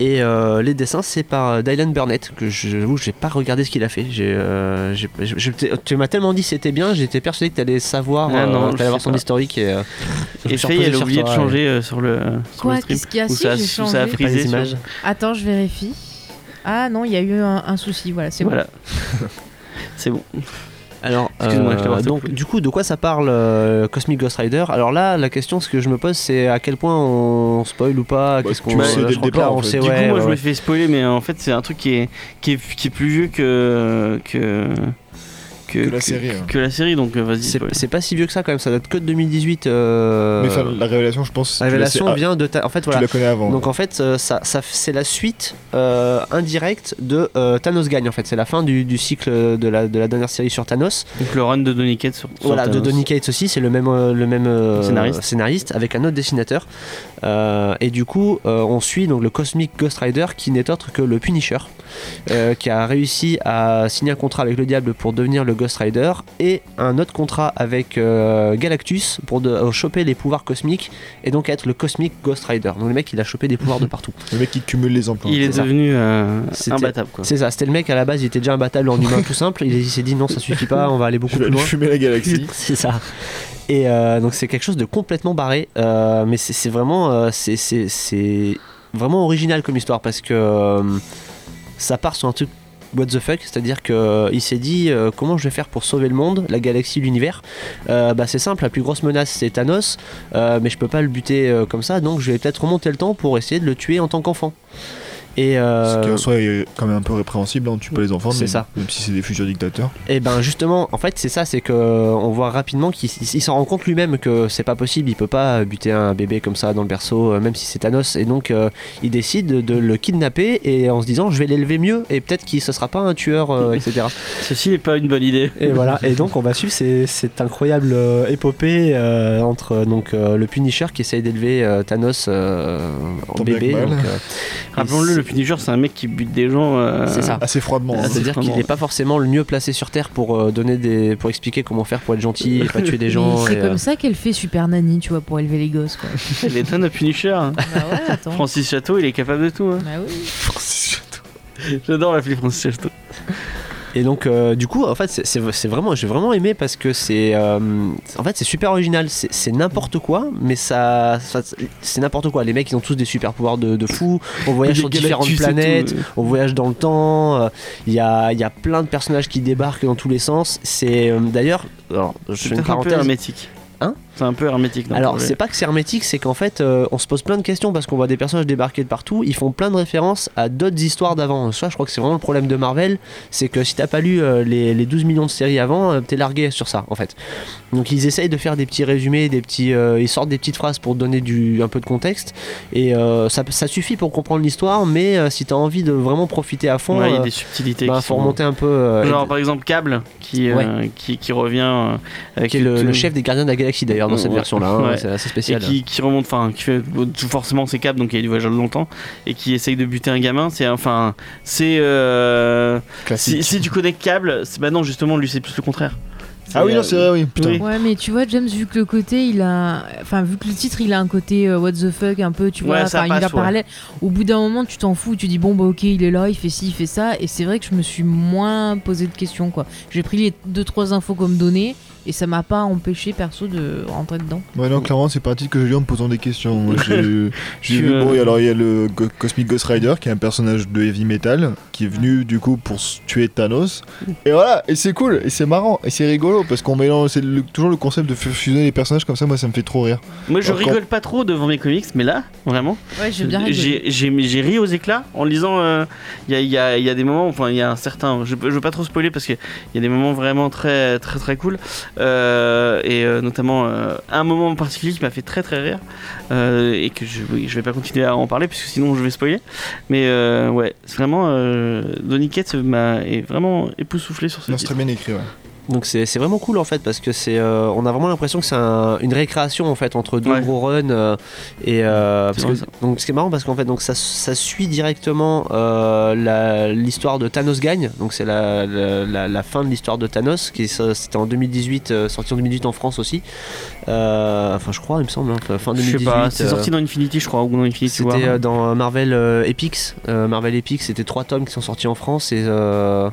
[SPEAKER 3] Et euh, les dessins, c'est par euh, Dylan Burnett, que j'avoue, j'ai pas regardé ce qu'il a fait. J'ai, euh, j'ai- je- je t'ai- tu m'as tellement dit c'était bien, j'étais persuadé que t'allais savoir,
[SPEAKER 1] Ah non,
[SPEAKER 3] euh,
[SPEAKER 1] je
[SPEAKER 3] t'allais avoir
[SPEAKER 1] sais
[SPEAKER 3] son
[SPEAKER 1] pas.
[SPEAKER 3] historique. Et, euh, je me
[SPEAKER 1] Et
[SPEAKER 3] suis
[SPEAKER 1] Faye,
[SPEAKER 3] reposé
[SPEAKER 1] elle a
[SPEAKER 3] sur
[SPEAKER 1] oublié de
[SPEAKER 3] toi,
[SPEAKER 1] changer euh, sur le, sur le
[SPEAKER 2] Quoi
[SPEAKER 1] stream.
[SPEAKER 2] Qu'est-ce qu'il y a
[SPEAKER 1] Où
[SPEAKER 2] Si,
[SPEAKER 1] ça,
[SPEAKER 2] j'ai
[SPEAKER 1] où ça a
[SPEAKER 2] changé.
[SPEAKER 3] Pas les
[SPEAKER 1] frisé. sur-
[SPEAKER 3] images.
[SPEAKER 2] Attends, je vérifie. Ah non, il y a eu un, un souci. Voilà, c'est bon.
[SPEAKER 1] Voilà. c'est bon.
[SPEAKER 3] Alors,
[SPEAKER 1] Excuse-moi, je t'ai
[SPEAKER 3] euh,
[SPEAKER 1] interrompu.
[SPEAKER 3] donc, du coup, de quoi ça parle euh, Cosmic Ghost Rider Alors là, la question, ce que je me pose, c'est à quel point on spoil ou pas
[SPEAKER 4] Bah,
[SPEAKER 3] Qu'est-ce
[SPEAKER 4] tu
[SPEAKER 3] qu'on
[SPEAKER 4] le sais
[SPEAKER 3] je
[SPEAKER 4] dès le
[SPEAKER 3] crois que
[SPEAKER 4] départ,
[SPEAKER 3] là,
[SPEAKER 4] en
[SPEAKER 3] on
[SPEAKER 4] fait.
[SPEAKER 3] sait,
[SPEAKER 1] du coup,
[SPEAKER 3] ouais,
[SPEAKER 1] moi, je
[SPEAKER 3] ouais.
[SPEAKER 1] me fais spoiler, mais en fait, c'est un truc qui est, qui est, qui est plus vieux que. que. que,
[SPEAKER 4] Que la série, hein.
[SPEAKER 1] que la série, donc euh, vas-y.
[SPEAKER 3] C'est
[SPEAKER 1] spoil.
[SPEAKER 3] c'est pas si vieux que ça quand même, ça date que de 2018. euh,
[SPEAKER 4] Mais enfin, la révélation, je pense.
[SPEAKER 3] la
[SPEAKER 4] tu
[SPEAKER 3] révélation
[SPEAKER 4] sais- ah,
[SPEAKER 3] vient de ta. En fait,
[SPEAKER 4] Tu
[SPEAKER 3] voilà.
[SPEAKER 4] la connais avant. hein.
[SPEAKER 3] Donc en fait, euh, ça, ça, c'est la suite euh, indirecte de euh, Thanos gagne. En fait, c'est la fin du, du cycle de la, de la dernière série sur Thanos.
[SPEAKER 1] Donc le run de Donny Cates sur. sur
[SPEAKER 3] voilà, de
[SPEAKER 1] Thanos.
[SPEAKER 3] Donny Cates aussi, c'est le même, euh, le même euh,
[SPEAKER 1] Scénariste.
[SPEAKER 3] scénariste avec un autre dessinateur. Euh, et du coup, euh, on suit donc le Cosmic Ghost Rider qui n'est autre que le Punisher, euh, qui a réussi à signer un contrat avec le diable pour devenir le Ghost Rider et un autre contrat avec euh, Galactus pour de- euh, choper les pouvoirs cosmiques et donc être le Cosmic Ghost Rider. Donc le mec, il a chopé des pouvoirs de partout.
[SPEAKER 4] Le mec qui cumule les emplois.
[SPEAKER 1] Il est,
[SPEAKER 3] C'est ça.
[SPEAKER 1] devenu euh,
[SPEAKER 3] C'était-
[SPEAKER 1] imbattable, quoi.
[SPEAKER 3] C'est ça, c'était le mec à la base, il était déjà imbattable en humain tout simple. Il, il s'est dit non, ça suffit pas, on va aller beaucoup
[SPEAKER 4] Je vais
[SPEAKER 3] plus
[SPEAKER 4] aller
[SPEAKER 3] loin.
[SPEAKER 4] fumer la galaxie.
[SPEAKER 3] C'est ça. Et euh, donc c'est quelque chose de complètement barré, euh, mais c'est c'est vraiment, euh, c'est- c'est c'est vraiment original comme histoire parce que euh, ça part sur un truc what the fuck, c'est-à-dire que euh, il s'est dit euh, comment je vais faire pour sauver le monde, la galaxie, l'univers. Euh, bah c'est simple, la plus grosse menace c'est Thanos, euh, mais je peux pas le buter euh, comme ça, donc je vais peut-être remonter le temps pour essayer de le tuer en tant qu'enfant. Et euh,
[SPEAKER 4] Ce qui en soi est quand même un peu répréhensible, hein. tu peux les enfants,
[SPEAKER 3] C'est
[SPEAKER 4] mais
[SPEAKER 3] ça.
[SPEAKER 4] même si c'est des futurs dictateurs.
[SPEAKER 3] Et ben justement, en fait, c'est ça, c'est que euh, on voit rapidement qu'il il s'en rend compte lui-même que c'est pas possible, il peut pas euh, buter un bébé comme ça dans le berceau, euh, même si c'est Thanos, et donc euh, il décide de- de le kidnapper et en se disant je vais l'élever mieux et peut-être qu'il ce sera pas un tueur, euh, etc.
[SPEAKER 1] Ceci n'est pas une bonne idée.
[SPEAKER 3] Et voilà, et donc on va suivre ces- cette incroyable euh, épopée euh, entre euh, donc euh, le Punisher qui essaye d'élever euh, Thanos euh, en
[SPEAKER 4] Tant bien
[SPEAKER 3] bébé.
[SPEAKER 4] que mal.
[SPEAKER 3] donc, euh,
[SPEAKER 1] Rappelons-le, le Punisher, c'est un mec qui bute des gens. euh,
[SPEAKER 3] C'est ça.
[SPEAKER 4] Assez froidement.
[SPEAKER 1] Ah,
[SPEAKER 4] hein.
[SPEAKER 1] c'est
[SPEAKER 3] C'est-à-dire qu'il
[SPEAKER 1] vraiment-
[SPEAKER 3] n'est pas forcément le mieux placé sur Terre pour euh, donner des, pour expliquer comment faire pour être gentil et pas tuer des
[SPEAKER 2] Mais
[SPEAKER 3] gens.
[SPEAKER 2] C'est
[SPEAKER 3] et,
[SPEAKER 2] comme
[SPEAKER 3] euh,
[SPEAKER 2] ça qu'elle fait Super Nanny, tu vois, pour élever les gosses. Quoi.
[SPEAKER 1] Il est un Punisher. hein.
[SPEAKER 2] bah ouais, attends.
[SPEAKER 1] Francis Chateau, il est capable de tout. hein.
[SPEAKER 2] Bah oui.
[SPEAKER 1] J'adore l'appeler Francis Chateau.
[SPEAKER 3] Et donc, euh, du coup, en fait, c'est- c'est c'est vraiment, j'ai vraiment aimé parce que c'est, euh, en fait, c'est super original. C'est c'est n'importe quoi, mais ça, ça- c'est n'importe quoi. Les mecs, ils ont tous des super pouvoirs de, de fou. On voyage sur
[SPEAKER 1] Les
[SPEAKER 3] différentes
[SPEAKER 1] Galactus et
[SPEAKER 3] planètes,
[SPEAKER 1] tout, euh.
[SPEAKER 3] on voyage dans le temps. euh, Il y, a, il y a plein de personnages qui débarquent dans tous les sens. C'est euh, d'ailleurs, alors, je
[SPEAKER 1] C'est
[SPEAKER 3] fais une
[SPEAKER 1] peut-être un peu
[SPEAKER 3] parenthèse.
[SPEAKER 1] hermétique.
[SPEAKER 3] Hein
[SPEAKER 1] C'est un peu hermétique. dans le
[SPEAKER 3] Alors,
[SPEAKER 1] projet.
[SPEAKER 3] c'est pas que c'est hermétique, c'est qu'en fait, euh, on se pose plein de questions parce qu'on voit des personnages débarquer de partout. Ils font plein de références à d'autres histoires d'avant. Ça, je crois que c'est vraiment le problème de Marvel. C'est que si t'as pas lu euh, les, les 12 millions de séries avant, euh, t'es largué sur ça, en fait. Donc, ils essayent de faire des petits résumés, des petits, euh, ils sortent des petites phrases pour donner du, un peu de contexte. Et euh, ça, ça suffit pour comprendre l'histoire, mais euh, si t'as envie de vraiment profiter à fond,
[SPEAKER 1] Ouais, il y a
[SPEAKER 3] euh,
[SPEAKER 1] des subtilités.
[SPEAKER 3] bah,
[SPEAKER 1] qui
[SPEAKER 3] faut
[SPEAKER 1] sont-
[SPEAKER 3] remonter un peu. euh,
[SPEAKER 1] Genre
[SPEAKER 3] et-
[SPEAKER 1] par exemple Cable qui, euh, qui, qui revient euh, avec
[SPEAKER 3] qui est le,
[SPEAKER 1] tout-
[SPEAKER 3] le chef des gardiens de la galaxie d'ailleurs dans cette
[SPEAKER 1] Ouais.
[SPEAKER 3] version là,
[SPEAKER 1] Ouais.
[SPEAKER 3] c'est assez
[SPEAKER 1] et
[SPEAKER 3] spécial.
[SPEAKER 1] qui, qui remonte, enfin qui fait euh, tout forcément c'est Cable donc il voyage longtemps et qui essaye de buter un gamin. C'est enfin c'est euh, si,
[SPEAKER 3] Bah,
[SPEAKER 4] Classique.
[SPEAKER 1] si tu connais Cable, c'est bah non justement lui c'est plus le contraire.
[SPEAKER 4] Ah oui,
[SPEAKER 1] C'est,
[SPEAKER 4] non,
[SPEAKER 1] euh,
[SPEAKER 4] c'est vrai, oui. Putain.
[SPEAKER 1] oui.
[SPEAKER 2] Ouais, mais tu vois, James, vu que le côté, il a. Enfin, vu que le titre, il a un côté euh, what the fuck, un peu, tu
[SPEAKER 1] Ouais,
[SPEAKER 2] vois,
[SPEAKER 1] ça
[SPEAKER 2] enfin, univers
[SPEAKER 1] passe, ouais.
[SPEAKER 2] parallèle. Au bout d'un moment, tu t'en fous, tu dis, bon, bah, ok, il est là, il fait ci, il fait ça. Et c'est vrai que je me suis moins posé de questions, quoi. J'ai pris les deux, trois infos comme données. Et ça m'a pas empêché, perso, de rentrer dedans.
[SPEAKER 4] Ouais, non, clairement, c'est parti que j'ai lu en me posant des questions. Moi, J'ai j'ai
[SPEAKER 1] Tu,
[SPEAKER 4] vu,
[SPEAKER 1] euh,
[SPEAKER 4] bon, et alors il y a le Go- Cosmic Ghost Rider qui est un personnage de heavy metal qui est venu du coup pour s- tuer Thanos. Et voilà, et c'est cool, et c'est marrant, et c'est rigolo parce qu'on mélange, c'est le- toujours le concept de f- fusionner les personnages comme ça, moi ça me fait trop rire.
[SPEAKER 1] Moi, je
[SPEAKER 4] Encore.
[SPEAKER 1] rigole pas trop devant mes comics, mais là, vraiment,
[SPEAKER 2] Ouais, j'ai bien rigolé.
[SPEAKER 1] j'ai j'ai- j'ai ri aux éclats en lisant. euh, Il y, a, il y a- il y a des moments, enfin, il y a un certain. Je, peux- je veux pas trop spoiler parce qu'il y a des moments vraiment très, très, très cool. Euh, et euh, notamment, euh, un moment en particulier qui m'a fait très, très rire. euh, et que je, oui, je vais pas continuer à en parler puisque sinon je vais spoiler. Mais euh, ouais, c'est vraiment. Euh, Donny Cates m'a est vraiment époustouflé sur ce
[SPEAKER 4] Non, c'est
[SPEAKER 1] titre.
[SPEAKER 4] très bien écrit, ouais.
[SPEAKER 3] Donc c'est c'est vraiment cool en fait parce que c'est euh, on a vraiment l'impression que c'est un- une récréation en fait entre deux
[SPEAKER 1] Ouais.
[SPEAKER 3] gros runs euh, et euh,
[SPEAKER 1] C'est
[SPEAKER 3] parce que-
[SPEAKER 1] vrai,
[SPEAKER 3] donc ce qui est marrant parce qu'en fait donc ça, ça suit directement euh, la- l'histoire de Thanos gagne donc c'est la, la, la- la fin de l'histoire de Thanos qui est- c'était en 2018 euh, sorti en 2018 en France aussi Euh, enfin je crois il me semble hein, fin- fin
[SPEAKER 1] Je
[SPEAKER 3] 2018
[SPEAKER 1] sais pas, c'est
[SPEAKER 3] euh,
[SPEAKER 1] sorti dans Infinity, je crois, ou dans Infinity War.
[SPEAKER 3] c'était euh, dans euh, Marvel euh, Epics. Euh, Marvel Epics, c'était trois tomes qui sont sortis en France et euh,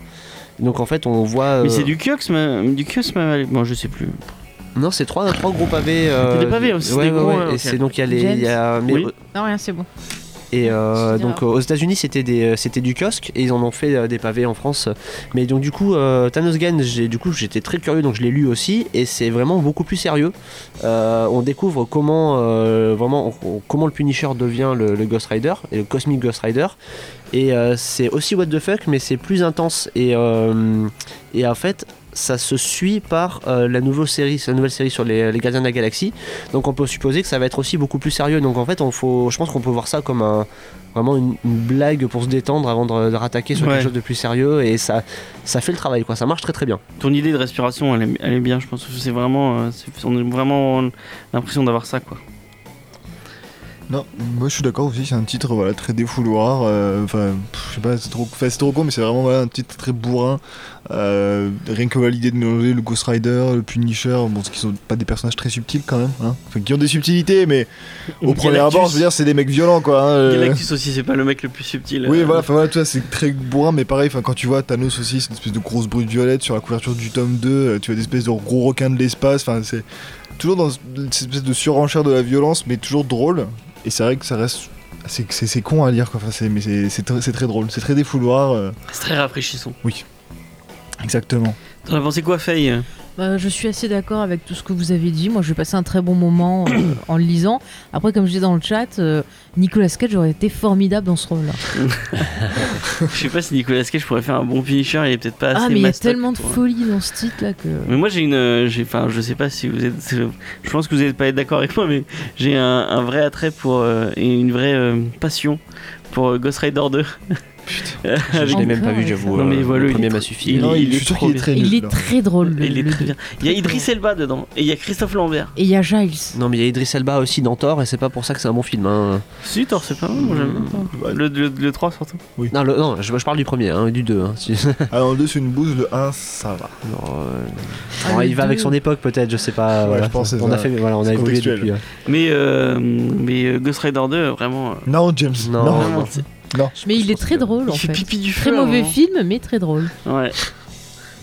[SPEAKER 3] donc en fait on voit.
[SPEAKER 1] Mais
[SPEAKER 3] euh,
[SPEAKER 1] c'est du kiosque, ma- du kiosque, ma- bon, je sais plus.
[SPEAKER 3] Non, c'est trois, trois gros pavés.
[SPEAKER 1] des pavés, hein, c'est
[SPEAKER 3] euh, ouais,
[SPEAKER 1] des
[SPEAKER 3] ouais,
[SPEAKER 1] gros,
[SPEAKER 3] ouais.
[SPEAKER 1] hein,
[SPEAKER 3] Et
[SPEAKER 1] ok.
[SPEAKER 3] c'est donc il y a les. il y a- mais-
[SPEAKER 1] Oui.
[SPEAKER 2] Non, rien, c'est bon.
[SPEAKER 3] Et euh,
[SPEAKER 2] C'est
[SPEAKER 3] donc
[SPEAKER 2] grave.
[SPEAKER 3] euh, aux États-Unis, c'était des, c'était du kiosque et ils en ont fait euh, des pavés en France. Mais donc du coup, euh, Thanos Gain, j'ai- du coup, j'étais très curieux, donc je l'ai lu aussi et c'est vraiment beaucoup plus sérieux. Euh, on découvre comment euh, vraiment on- on- comment le Punisher devient le, le Ghost Rider et le Cosmic Ghost Rider. Et euh, c'est aussi what the fuck, mais c'est plus intense et euh, et en fait. Ça se suit par euh, la, nouvelle série, la nouvelle série sur les, les Gardiens de la Galaxie. Donc on peut supposer que ça va être aussi beaucoup plus sérieux. Donc en fait, on faut, je pense qu'on peut voir ça comme un, vraiment une, une blague pour se détendre avant de, de rattaquer sur
[SPEAKER 1] Ouais.
[SPEAKER 3] quelque chose de plus sérieux. Et ça, ça fait le travail, quoi. Ça marche très très bien.
[SPEAKER 1] Ton idée de respiration, elle est, elle est bien, je pense. que C'est vraiment, euh, c'est- on a vraiment l'impression d'avoir ça, quoi.
[SPEAKER 4] Non, moi je suis d'accord aussi, c'est un titre voilà, très défouloir. euh, Enfin, pff, je sais pas, c'est trop, enfin, c'est trop con, mais c'est vraiment voilà, un titre très bourrin. Euh, rien que voilà, l'idée de mélanger le Ghost Rider, le Punisher, bon, ce qui sont pas des personnages très subtils quand même, hein. Enfin, qui ont des subtilités, mais au premier
[SPEAKER 1] Galactus.
[SPEAKER 4] abord, je veux dire, c'est des mecs violents quoi. hein, euh.
[SPEAKER 1] Galactus aussi, c'est pas le mec le plus subtil.
[SPEAKER 4] Oui,
[SPEAKER 1] euh,
[SPEAKER 4] voilà, enfin, voilà, tu vois, c'est très bourrin, mais pareil, enfin, quand tu vois Thanos aussi, c'est une espèce de grosse brute violette sur la couverture du tome 2, euh, tu vois des espèces de gros requins de l'espace, enfin, c'est toujours dans ce- cette espèce de surenchère de la violence, mais toujours drôle, et c'est vrai que ça reste. C'est, c'est, c'est con à lire, quoi, enfin, c'est, mais c'est, c'est, très, c'est très drôle, c'est très défouloir, euh,
[SPEAKER 1] C'est très rafraîchissant.
[SPEAKER 4] exactement.
[SPEAKER 1] T'en as pensé quoi, Faye
[SPEAKER 2] Bah, je suis assez d'accord avec tout ce que vous avez dit. Moi, j'ai passé un très bon moment euh, en le lisant. Après, comme je disais dans le chat, euh, Nicolas Cage aurait été formidable dans ce rôle-là.
[SPEAKER 1] Je sais pas si Nicolas Cage pourrait faire un bon finisher, il est peut-être pas assez
[SPEAKER 2] Ah, mais il y a
[SPEAKER 1] mastoc
[SPEAKER 2] tellement de
[SPEAKER 1] pour-
[SPEAKER 2] folie dans ce titre-là que.
[SPEAKER 1] Mais moi j'ai une, euh, j'ai, enfin je sais pas si vous êtes, c'est- je pense que vous n'êtes pas être d'accord avec moi, mais j'ai un, un vrai attrait pour euh, et une vraie euh, passion pour euh, Ghost Rider 2.
[SPEAKER 3] Je l'ai
[SPEAKER 2] Encore,
[SPEAKER 3] même pas vu,
[SPEAKER 2] ouais.
[SPEAKER 3] j'avoue.
[SPEAKER 1] Non, mais
[SPEAKER 3] euh,
[SPEAKER 1] voilà,
[SPEAKER 3] le
[SPEAKER 1] il est
[SPEAKER 3] premier
[SPEAKER 1] tr-
[SPEAKER 3] m'a suffi.
[SPEAKER 1] il
[SPEAKER 4] Non,
[SPEAKER 1] est
[SPEAKER 4] je suis sûr
[SPEAKER 1] trop
[SPEAKER 4] qu'il est
[SPEAKER 1] bien.
[SPEAKER 4] très nul.
[SPEAKER 2] Il est
[SPEAKER 4] là.
[SPEAKER 2] très drôle. le-
[SPEAKER 1] Il est
[SPEAKER 2] le-
[SPEAKER 1] très bien. Il y a Idris Elba dedans et il y a Christophe Lambert.
[SPEAKER 2] Et il y a Giles.
[SPEAKER 3] Non, mais il y a Idris Elba aussi dans Thor et c'est pas pour ça que c'est un bon film. hein.
[SPEAKER 1] Si, tort, c'est pas mal, moi j'aime bien. Bah, Le, le, le 3 surtout.
[SPEAKER 3] Non, le- non je, je parle du premier, hein, du 2.
[SPEAKER 4] Alors, le 2, c'est Ah, une bouse, le 1, ça va.
[SPEAKER 2] Ah, le
[SPEAKER 3] euh, il va avec
[SPEAKER 2] deux.
[SPEAKER 3] son époque peut-être, je sais pas.
[SPEAKER 4] Ouais,
[SPEAKER 3] voilà.
[SPEAKER 4] je pense que c'est
[SPEAKER 3] on a
[SPEAKER 4] ça.
[SPEAKER 3] fait, voilà, on a
[SPEAKER 4] C'est
[SPEAKER 3] évolué
[SPEAKER 4] contextuel.
[SPEAKER 3] depuis. euh.
[SPEAKER 1] Mais, euh, mais euh, Ghost Rider 2, euh, vraiment. euh,
[SPEAKER 4] Non, James,
[SPEAKER 3] Non.
[SPEAKER 4] non.
[SPEAKER 1] vraiment, c'est-
[SPEAKER 2] Mais il est très drôle
[SPEAKER 1] il
[SPEAKER 2] en
[SPEAKER 1] fait
[SPEAKER 2] fait.
[SPEAKER 1] pipi du feu. hein.
[SPEAKER 2] Très
[SPEAKER 1] à un
[SPEAKER 2] mauvais
[SPEAKER 1] moment.
[SPEAKER 2] film, mais très drôle.
[SPEAKER 1] Ouais.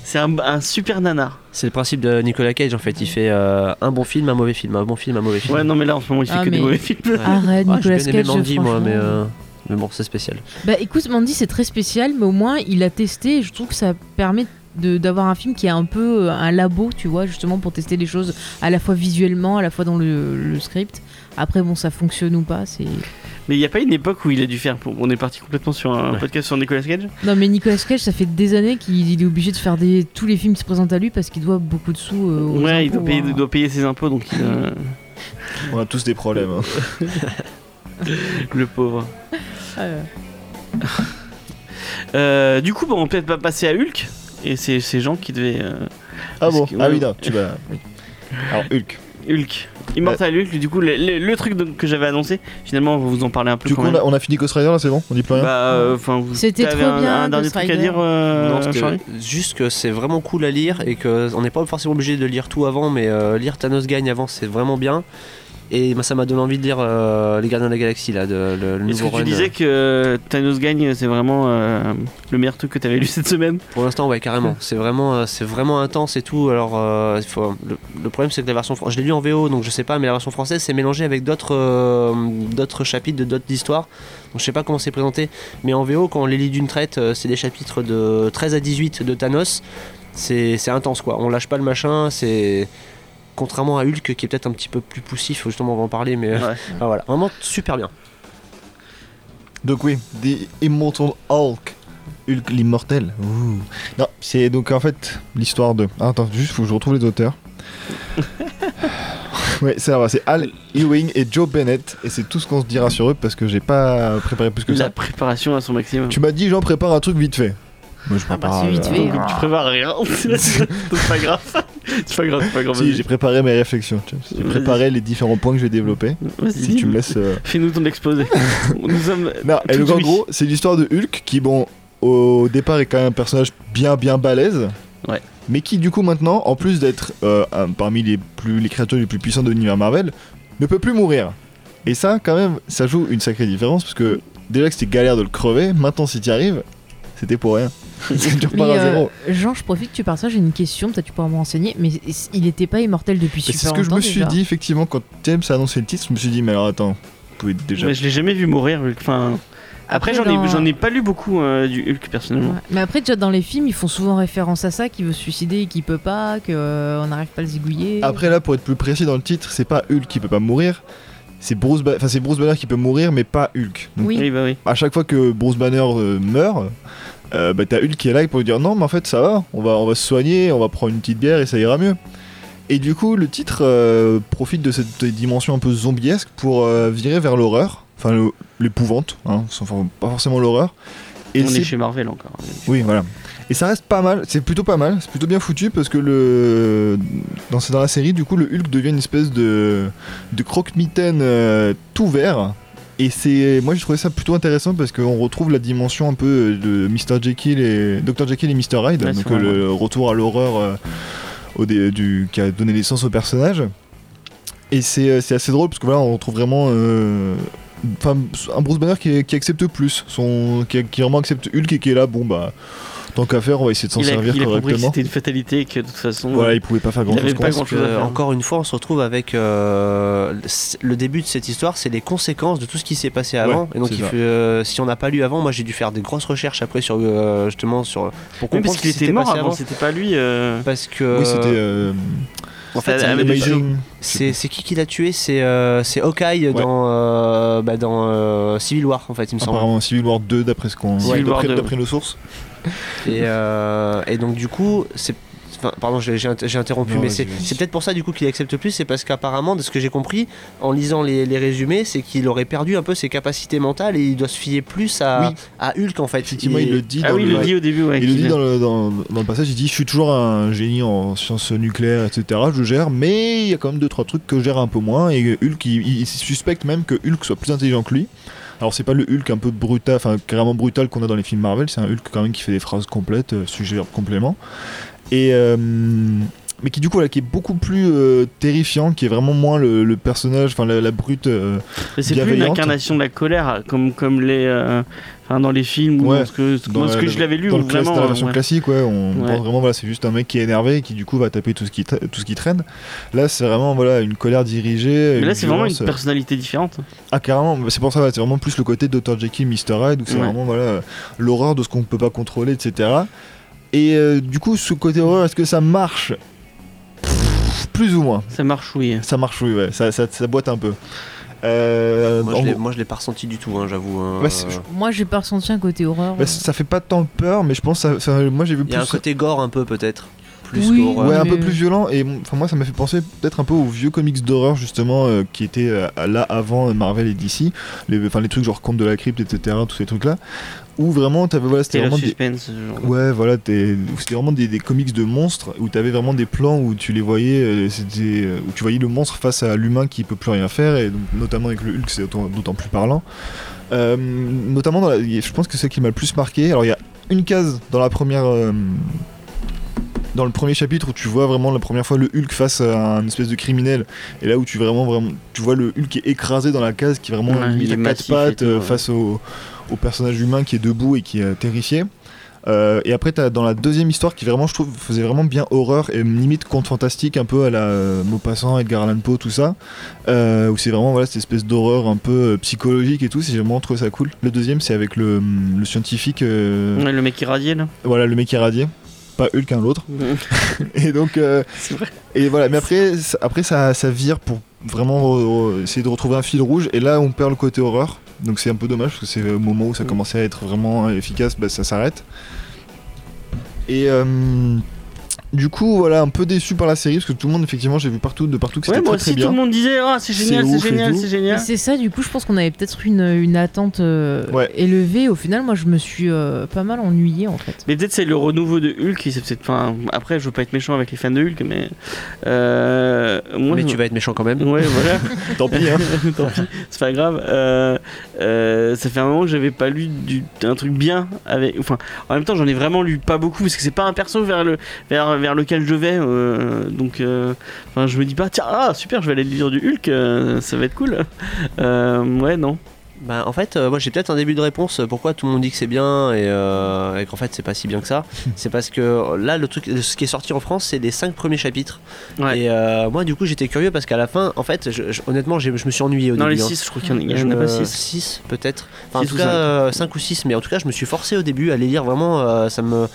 [SPEAKER 1] C'est un, un super nanar.
[SPEAKER 3] C'est le principe de Nicolas Cage en fait. Il fait euh, un bon film, un mauvais film, un bon film, un mauvais film.
[SPEAKER 1] Ouais, non, mais là en ce moment il fait que
[SPEAKER 2] Ah,
[SPEAKER 1] des
[SPEAKER 2] mais-
[SPEAKER 1] mauvais films.
[SPEAKER 2] Arrête,
[SPEAKER 3] Ouais, Ah,
[SPEAKER 2] Nicolas
[SPEAKER 3] j'ai bien aimé
[SPEAKER 2] Cage.
[SPEAKER 3] Mandy, moi, mais,
[SPEAKER 2] franchement.
[SPEAKER 3] euh, mais bon, c'est spécial.
[SPEAKER 2] Bah écoute, Mandy, c'est très spécial, mais au moins il a testé et je trouve que ça permet de- d'avoir un film qui est un peu euh, un labo, tu vois, justement pour tester les choses à la fois visuellement, à la fois dans le, le script. Après, bon, ça fonctionne ou pas, c'est.
[SPEAKER 1] Mais il n'y a pas une époque où il a dû faire. On est parti complètement sur un
[SPEAKER 3] Ouais.
[SPEAKER 1] podcast sur Nicolas Cage.
[SPEAKER 2] Non, mais Nicolas Cage, ça fait des années qu'il il est obligé de faire des, tous les films qui se présentent à lui parce qu'il doit beaucoup de sous. euh, aux
[SPEAKER 1] ouais, il doit,
[SPEAKER 2] impôts,
[SPEAKER 1] payer,
[SPEAKER 2] hein.
[SPEAKER 1] il doit payer ses impôts donc il, euh,
[SPEAKER 4] On a tous des problèmes. hein.
[SPEAKER 1] le pauvre.
[SPEAKER 2] Euh,
[SPEAKER 1] Euh, du coup, bon, on va peut-être pas passer à Hulk. Et c'est ces gens qui devaient. euh,
[SPEAKER 4] Ah bon
[SPEAKER 1] Parce que-
[SPEAKER 4] Ah oui, non, tu vas.
[SPEAKER 2] Oui.
[SPEAKER 4] Alors, Hulk.
[SPEAKER 1] Hulk. Immortal
[SPEAKER 4] Bah.
[SPEAKER 1] Hulk, du coup, le, le- le truc donc que j'avais annoncé, finalement, on va vous en parler un peu
[SPEAKER 4] Du
[SPEAKER 1] quand
[SPEAKER 4] coup, on
[SPEAKER 1] même.
[SPEAKER 4] a, on a fini Ghost Rider là, c'est bon On dit plus rien
[SPEAKER 1] Bah, euh, enfin, vous-
[SPEAKER 2] C'était
[SPEAKER 1] t'avais
[SPEAKER 2] trop
[SPEAKER 1] un,
[SPEAKER 2] bien,
[SPEAKER 1] un dernier
[SPEAKER 2] Ghost
[SPEAKER 1] truc à
[SPEAKER 2] Rider.
[SPEAKER 1] dire, euh,
[SPEAKER 3] Non, c'était
[SPEAKER 1] Charlie
[SPEAKER 3] juste que c'est vraiment cool à lire et que on n'est pas forcément obligé de lire tout avant, mais euh, lire Thanos gagne avant, c'est vraiment bien. Et moi, ça m'a donné envie de lire euh, Les Gardiens de la Galaxie, là, de, le, le
[SPEAKER 1] Est-ce
[SPEAKER 3] nouveau
[SPEAKER 1] que tu
[SPEAKER 3] run.
[SPEAKER 1] disais que Thanos gagne, c'est vraiment euh, le meilleur truc que t'avais lu cette semaine
[SPEAKER 3] Pour l'instant, ouais, carrément. C'est vraiment, euh, c'est vraiment intense et tout. Alors, euh, il faut- le, le problème, c'est que la version française, je l'ai lu en VO, donc je sais pas, mais la version française c'est mélangée avec d'autres, euh, d'autres chapitres, de d'autres histoires. Donc, je sais pas comment c'est présenté. Mais en VO, quand on les lit d'une traite, euh, c'est des chapitres de 13 à 18 de Thanos. C'est, c'est intense, quoi. On lâche pas le machin. C'est contrairement à Hulk, qui est peut-être un petit peu plus poussif. Justement, on va en parler, mais euh,
[SPEAKER 1] Ouais.
[SPEAKER 3] ah, voilà, vraiment super bien.
[SPEAKER 4] Donc oui, The Immortal Hulk. Hulk l'immortel. Ouh. Non, c'est donc en fait l'histoire de. Ah, attends, juste faut que je retrouve les auteurs. ouais, ça va, c'est Al Ewing et Joe Bennett. Et c'est tout ce qu'on se dira sur eux parce que j'ai pas préparé plus que
[SPEAKER 1] La
[SPEAKER 4] ça.
[SPEAKER 1] préparation à son maximum.
[SPEAKER 4] Tu m'as dit, j'en prépare un truc vite fait. Moi, je
[SPEAKER 2] Ah bah,
[SPEAKER 4] prépare,
[SPEAKER 2] c'est vite
[SPEAKER 4] euh,
[SPEAKER 2] fait.
[SPEAKER 1] Donc, tu prépares rien. c'est pas grave. C'est pas grave, c'est pas grave.
[SPEAKER 4] Si, j'ai préparé mes réflexions. tu vois. J'ai
[SPEAKER 1] Vas-y.
[SPEAKER 4] préparé les différents points que je vais développer.
[SPEAKER 1] Vas-y,
[SPEAKER 4] Si tu me laisses. euh,
[SPEAKER 1] Fais-nous ton exposé. Nous sommes.
[SPEAKER 4] Non, et
[SPEAKER 1] tout
[SPEAKER 4] donc en
[SPEAKER 1] oui.
[SPEAKER 4] gros, c'est l'histoire de Hulk qui, bon, au départ est quand même un personnage bien bien balèze.
[SPEAKER 1] Ouais.
[SPEAKER 4] Mais qui du coup maintenant, en plus d'être euh, un- parmi les, plus, les créatures les plus puissantes de l'univers Marvel, ne peut plus mourir. Et ça, quand même, ça joue une sacrée différence parce que déjà que c'était galère de le crever, maintenant si t'y arrives, c'était pour rien. tu repars
[SPEAKER 2] Mais,
[SPEAKER 4] à zéro.
[SPEAKER 2] euh, Jean, je profite que tu parles ça, j'ai une question, peut-être tu pourras me renseigner, mais c- il n'était pas immortel depuis
[SPEAKER 4] Mais
[SPEAKER 2] super
[SPEAKER 4] c'est ce que je
[SPEAKER 2] longtemps
[SPEAKER 4] me suis
[SPEAKER 2] déjà.
[SPEAKER 4] dit effectivement quand James a annoncé le titre, je me suis dit mais alors attends, vous pouvez déjà.
[SPEAKER 1] Mais je l'ai jamais vu mourir. Hulk. Enfin, après,
[SPEAKER 2] Après,
[SPEAKER 1] j'en ai,
[SPEAKER 2] dans-
[SPEAKER 1] j'en ai pas lu beaucoup euh, du Hulk
[SPEAKER 2] Ouais.
[SPEAKER 1] personnellement.
[SPEAKER 2] Mais après, déjà dans les films, ils font souvent référence à ça, qui veut se suicider et qui peut pas, qu'on n'arrive pas à le zigouiller.
[SPEAKER 4] Après là, pour être plus précis dans le titre, c'est pas Hulk qui peut pas mourir, c'est Bruce, Ba- enfin c'est Bruce Banner qui peut mourir, mais pas Hulk. Donc,
[SPEAKER 2] Oui.
[SPEAKER 1] Oui, bah oui.
[SPEAKER 4] à chaque fois que Bruce Banner euh, meurt, euh, bah, t'as Hulk qui est là pour lui dire non, mais en fait ça va, on va, on va se soigner, on va prendre une petite bière et ça ira mieux. Et du coup, le titre euh, profite de cette dimension un peu zombiesque pour euh, virer vers l'horreur, enfin le- l'épouvante, hein, sans- enfin, pas forcément l'horreur. Et
[SPEAKER 1] On
[SPEAKER 4] c'est
[SPEAKER 1] est chez Marvel encore.
[SPEAKER 4] oui, voilà. Et ça reste pas mal, c'est plutôt pas mal, c'est plutôt bien foutu parce que le dans, dans la série, du coup, le Hulk devient une espèce de, de croque-mitaine euh, tout vert. Et c'est moi j'ai trouvé ça plutôt intéressant parce qu'on retrouve la dimension un peu euh, de Mr Jekyll et Dr Jekyll et Mr Hyde,
[SPEAKER 1] Ouais,
[SPEAKER 4] donc
[SPEAKER 1] c'est vrai,
[SPEAKER 4] euh, le retour à l'horreur euh, au dé- du qui a donné naissance au personnage. Et c'est euh, c'est assez drôle parce que voilà, on retrouve vraiment euh, enfin, un Bruce Banner qui, qui accepte plus, son, qui, qui vraiment accepte Hulk et qui est là, bon bah, tant qu'à faire, on va essayer de s'en
[SPEAKER 1] Il a,
[SPEAKER 4] servir
[SPEAKER 1] il a compris que
[SPEAKER 4] correctement.
[SPEAKER 1] c'était une fatalité et que de toute façon.
[SPEAKER 4] Voilà, il pouvait pas faire
[SPEAKER 1] Il
[SPEAKER 4] grand chose.
[SPEAKER 1] avait pas grand- chose à faire.
[SPEAKER 3] encore une fois, on se retrouve avec euh, le début de cette histoire, c'est les conséquences de tout ce qui s'est passé avant.
[SPEAKER 4] Ouais,
[SPEAKER 3] et donc,
[SPEAKER 4] c'est
[SPEAKER 3] il
[SPEAKER 4] ça.
[SPEAKER 3] faut, euh, si on n'a pas lu avant, moi j'ai dû faire des grosses recherches après sur euh, justement sur pour
[SPEAKER 1] Oui,
[SPEAKER 3] comprendre
[SPEAKER 1] parce
[SPEAKER 3] ce
[SPEAKER 1] qu'il
[SPEAKER 3] qui s'était
[SPEAKER 1] était mort
[SPEAKER 3] passé
[SPEAKER 1] avant, c'était pas lui. euh,
[SPEAKER 3] Parce que
[SPEAKER 4] Oui, c'était. euh,
[SPEAKER 3] en fait,
[SPEAKER 1] ça-
[SPEAKER 3] c'est-
[SPEAKER 1] Amazing-
[SPEAKER 3] c'est c'est qui qui l'a tué C'est euh, c'est Hawkeye dans euh, bah, dans euh, Civil War en fait, il me semble.
[SPEAKER 4] Apparemment, Civil War 2, d'après ce qu'on.
[SPEAKER 1] Civil
[SPEAKER 4] Ouais,
[SPEAKER 1] War
[SPEAKER 4] d'après-
[SPEAKER 1] 2,
[SPEAKER 4] D'après nos sources.
[SPEAKER 3] Et, euh, et donc du coup, c'est... enfin, pardon, j'ai, j'ai inter- j'ai interrompu,
[SPEAKER 4] Non,
[SPEAKER 3] mais
[SPEAKER 4] vas-y,
[SPEAKER 3] c'est,
[SPEAKER 4] vas-y.
[SPEAKER 3] c'est peut-être pour ça du coup qu'il accepte plus, c'est parce qu'apparemment, de ce que j'ai compris, en lisant les, les résumés, c'est qu'il aurait perdu un peu ses capacités mentales et il doit se fier plus à,
[SPEAKER 4] Oui.
[SPEAKER 3] à Hulk en fait.
[SPEAKER 4] Effectivement,
[SPEAKER 3] Et-
[SPEAKER 4] il le dit
[SPEAKER 1] Ah
[SPEAKER 4] dans
[SPEAKER 1] oui, il
[SPEAKER 4] le.
[SPEAKER 1] le dit au début. ouais,
[SPEAKER 4] il le
[SPEAKER 1] qu'il-
[SPEAKER 4] dit dans le, dans- dans le passage, il dit Je suis toujours un génie en sciences nucléaires, etc. Je gère, mais il y a quand même deux trois trucs que je gère un peu moins. Et Hulk, il, il suspecte même que Hulk soit plus intelligent que lui. Alors, c'est pas le Hulk un peu brutal, enfin carrément brutal qu'on a dans les films Marvel, c'est un Hulk quand même qui fait des phrases complètes, euh, sujet, verbe, complément. Et. euh, mais qui du coup là, qui est beaucoup plus euh, terrifiant, qui est vraiment moins le, le personnage, enfin la, la brute. euh,
[SPEAKER 1] Mais c'est plus une
[SPEAKER 4] bienveillante.
[SPEAKER 1] incarnation de la colère, comme, comme les, euh, enfin, dans les films ou
[SPEAKER 4] Ouais,
[SPEAKER 1] dans ce que,
[SPEAKER 4] dans
[SPEAKER 1] moi, ce
[SPEAKER 4] la-
[SPEAKER 1] que je l'avais lu,
[SPEAKER 4] dans,
[SPEAKER 1] ou
[SPEAKER 4] le classe-
[SPEAKER 1] vraiment.
[SPEAKER 4] dans la
[SPEAKER 1] euh,
[SPEAKER 4] version
[SPEAKER 1] ouais.
[SPEAKER 4] classique, ouais, on
[SPEAKER 1] Ouais.
[SPEAKER 4] pense vraiment voilà, c'est juste un mec qui est énervé et qui du coup va taper tout ce qui, tra- tout ce qui traîne. Là, c'est vraiment voilà une colère dirigée.
[SPEAKER 1] Mais là, c'est vraiment une
[SPEAKER 4] violence. euh,
[SPEAKER 1] personnalité différente.
[SPEAKER 4] Ah carrément, mais c'est pour ça, ouais, c'est vraiment plus le côté Dr Jekyll, Mr Hyde où c'est
[SPEAKER 1] Ouais.
[SPEAKER 4] vraiment voilà l'horreur de ce qu'on peut pas contrôler, etc. Et euh, du coup, ce côté horreur, est-ce que ça marche Pff, Plus ou moins.
[SPEAKER 1] Ça marche, oui.
[SPEAKER 4] Ça marche, oui, ouais. Ça, ça, ça boite un peu. Euh,
[SPEAKER 3] Moi
[SPEAKER 4] en
[SPEAKER 3] je, l'ai,
[SPEAKER 4] gros-
[SPEAKER 3] moi, je l'ai pas ressenti du tout, hein, j'avoue. hein.
[SPEAKER 4] Ouais, c'est-
[SPEAKER 3] Euh,
[SPEAKER 4] je-
[SPEAKER 2] Moi, j'ai pas ressenti un côté horreur.
[SPEAKER 4] bah, ça fait pas tant peur, mais je pense, que ça, ça- moi j'ai vu
[SPEAKER 3] Il
[SPEAKER 4] plus.
[SPEAKER 3] y a un côté gore un peu peut-être. Plus
[SPEAKER 2] Oui.
[SPEAKER 3] gore.
[SPEAKER 4] Ouais, un peu
[SPEAKER 2] Mais-
[SPEAKER 4] plus violent et bon, enfin moi ça m'a fait penser peut-être un peu aux vieux comics d'horreur justement euh, qui étaient euh, là avant euh, Marvel et DC, les, enfin les trucs genre Conte de la Crypte etc, tous ces trucs là, où vraiment t'avais voilà c'était
[SPEAKER 1] C'était le
[SPEAKER 4] vraiment des,
[SPEAKER 1] suspense. ce genre.
[SPEAKER 4] ouais voilà t'es- où c'était vraiment des, des comics de monstres où t'avais vraiment des plans où tu les voyais, euh, c'était euh, où tu voyais le monstre face à l'humain qui peut plus rien faire et donc, notamment avec le Hulk c'est d'autant- d'autant plus parlant. Euh, notamment dans la- je pense que celle qui m'a le plus marqué, alors il y a une case dans la première euh, dans le premier chapitre où tu vois vraiment la première fois le Hulk face à un espèce de criminel, et là où tu vraiment vraiment tu vois le Hulk qui est écrasé dans la case, qui vraiment
[SPEAKER 1] Ouais, il
[SPEAKER 4] limite
[SPEAKER 1] est
[SPEAKER 4] à quatre
[SPEAKER 1] massif et
[SPEAKER 4] pattes
[SPEAKER 1] tout,
[SPEAKER 4] euh,
[SPEAKER 1] ouais.
[SPEAKER 4] face au, au personnage humain qui est debout et qui est terrifié. Euh, et après, t'as dans la deuxième histoire qui vraiment, je trouve, faisait vraiment bien horreur et limite conte fantastique un peu à la euh, Maupassant, Edgar Allan Poe, tout ça, euh, où c'est vraiment voilà cette espèce d'horreur un peu euh, psychologique et tout. C'est j'ai vraiment trouvé ça cool. Le deuxième, c'est avec le, le scientifique, euh,
[SPEAKER 1] Ouais, le mec irradié là.
[SPEAKER 4] voilà le mec irradié, pas Hulk un l'autre. Et donc, euh,
[SPEAKER 1] C'est vrai.
[SPEAKER 4] et voilà. Mais après, ça- après ça, ça vire pour vraiment re- re- essayer de retrouver un fil rouge. Et là, on perd le côté horreur. Donc c'est un peu dommage parce que c'est au moment où ça
[SPEAKER 1] Mm.
[SPEAKER 4] commençait à être vraiment efficace, bah, ça s'arrête. Et euh, du coup, voilà, un peu déçu par la série parce que tout le monde, effectivement, j'ai vu partout de partout que c'était
[SPEAKER 1] Ouais, moi
[SPEAKER 4] très très
[SPEAKER 1] aussi tout
[SPEAKER 4] bien.
[SPEAKER 1] le monde disait Ah, c'est
[SPEAKER 4] C'est
[SPEAKER 1] génial,
[SPEAKER 4] ouf
[SPEAKER 1] c'est
[SPEAKER 4] et
[SPEAKER 1] génial,
[SPEAKER 4] tout.
[SPEAKER 1] c'est
[SPEAKER 2] Mais
[SPEAKER 1] génial.
[SPEAKER 2] C'est ça, du coup, je pense qu'on avait peut-être une, une attente euh,
[SPEAKER 4] Ouais.
[SPEAKER 2] élevée. Au final, moi, je me suis euh, pas mal ennuyée, en fait.
[SPEAKER 1] Mais peut-être c'est le renouveau de Hulk. et c'est peut-être. Enfin, après, je veux pas être méchant avec les fans de Hulk, mais euh, moi.
[SPEAKER 3] mais
[SPEAKER 1] je-
[SPEAKER 3] tu vas être méchant quand même.
[SPEAKER 1] Ouais, voilà.
[SPEAKER 4] Tant pis. hein.
[SPEAKER 1] Tant pis, c'est pas grave. Euh, euh, ça fait un moment que j'avais pas lu du, un truc bien avec. Enfin, en même temps, j'en ai vraiment lu pas beaucoup parce que c'est pas un perso vers le vers, vers lequel je vais. euh, donc, euh, enfin, je me dis pas tiens ah super, je vais aller lire du Hulk, euh, ça va être cool. Euh, ouais non.
[SPEAKER 3] Bah, en fait, euh, moi j'ai peut-être un début de réponse euh, pourquoi tout le monde dit que c'est bien et, euh, et qu'en fait c'est pas si bien que ça. c'est parce que euh, là, le truc, ce qui est sorti en France, c'est les 5 premiers chapitres.
[SPEAKER 1] Ouais.
[SPEAKER 3] Et euh, moi, du coup, j'étais curieux parce qu'à la fin, en fait, je- je- honnêtement, j'ai- je me suis ennuyé au
[SPEAKER 1] Dans les
[SPEAKER 3] début. hein.
[SPEAKER 1] 6 je crois qu'il y en a- il y en a,
[SPEAKER 3] Je me-
[SPEAKER 1] pas 6
[SPEAKER 3] euh, six, peut-être. Enfin,
[SPEAKER 1] Six
[SPEAKER 3] en
[SPEAKER 1] ou
[SPEAKER 3] tout cas,
[SPEAKER 1] cinq.
[SPEAKER 3] 5 ou 6, mais en tout cas, je me suis forcé au début à les lire vraiment. euh, ça me.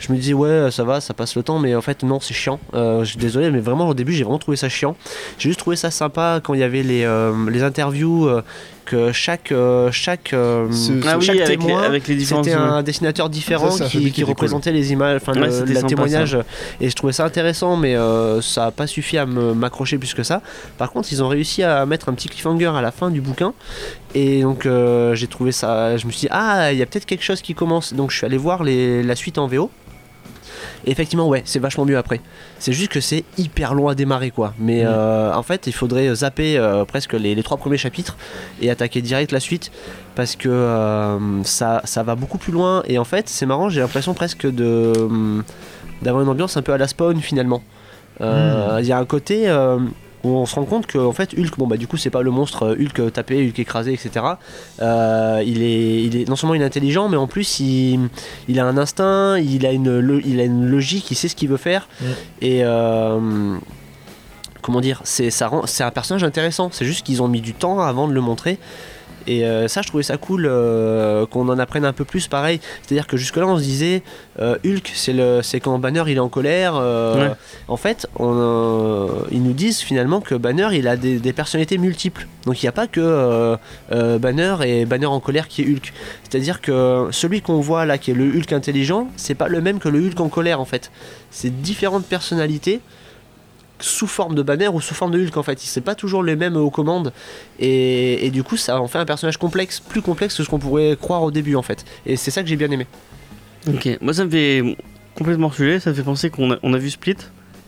[SPEAKER 3] Je me disais, ouais, ça va, ça passe le temps, mais en fait, non, c'est chiant. Euh, je suis désolé, mais vraiment, au début, j'ai vraiment trouvé ça chiant. J'ai juste trouvé ça sympa quand il y avait les, euh, les interviews, euh, que chaque, euh, chaque, euh,
[SPEAKER 4] Ce-
[SPEAKER 1] Ah oui,
[SPEAKER 3] chaque
[SPEAKER 1] avec les,
[SPEAKER 3] témoin,
[SPEAKER 1] avec les différences.
[SPEAKER 3] c'était un dessinateur différent
[SPEAKER 4] Ça, c'est un
[SPEAKER 3] qui,
[SPEAKER 4] chapitre
[SPEAKER 3] qui
[SPEAKER 4] qui était
[SPEAKER 3] représentait les images, enfin,
[SPEAKER 1] Ouais,
[SPEAKER 3] le,
[SPEAKER 1] c'était
[SPEAKER 3] la
[SPEAKER 1] sympa,
[SPEAKER 3] témoignage. Et je trouvais ça intéressant, mais euh, ça n'a pas suffi à me- m'accrocher plus que ça. Par contre, ils ont réussi à mettre un petit cliffhanger à la fin du bouquin. Et donc, euh, j'ai trouvé ça. Je me suis dit, ah, il y a peut-être quelque chose qui commence. Donc, je suis allé voir les- la suite en VO. Et effectivement, ouais, c'est vachement mieux après. C'est juste que c'est hyper long à démarrer, quoi. Mais
[SPEAKER 1] Mhm.
[SPEAKER 3] euh, en fait, il faudrait zapper euh, presque les, les trois premiers chapitres et attaquer direct la suite parce que euh, ça, ça va beaucoup plus loin. Et en fait, c'est marrant, j'ai l'impression presque de hum, d'avoir une ambiance un peu à la spawn finalement. Euh, Il y a un côté. euh, où on se rend compte que en fait Hulk bon bah du coup c'est pas le monstre euh, Hulk tapé Hulk écrasé etc Euh, il, est, il est non seulement il est intelligent mais en plus il, il a un instinct, il a une, lo- il a une logique, il sait ce qu'il veut faire.
[SPEAKER 4] Ouais.
[SPEAKER 3] Et euh, comment dire, c'est ça rend- c'est un personnage intéressant. C'est juste qu'ils ont mis du temps avant de le montrer. Et euh, ça, je trouvais ça cool euh, qu'on en apprenne un peu plus. Pareil, c'est-à-dire que jusque-là, on se disait euh, Hulk, c'est le, c'est quand Banner il est en colère. euh,
[SPEAKER 1] Ouais.
[SPEAKER 3] En fait, on, euh, ils nous disent finalement que Banner il a des, des personnalités multiples. Donc il n'y a pas que euh, euh, Banner et Banner en colère qui est Hulk. C'est-à-dire que celui qu'on voit là, qui est le Hulk intelligent, c'est pas le même que le Hulk en colère en fait. C'est différentes personnalités sous forme de banner ou sous forme de Hulk en fait. C'est pas toujours les mêmes euh, aux commandes. Et, et du coup, ça en fait un personnage complexe, plus complexe que ce qu'on pourrait croire au début en fait. Et c'est ça que j'ai bien aimé.
[SPEAKER 1] Ok, moi ça me fait complètement reculer, ça me fait penser qu'on a, on a vu Split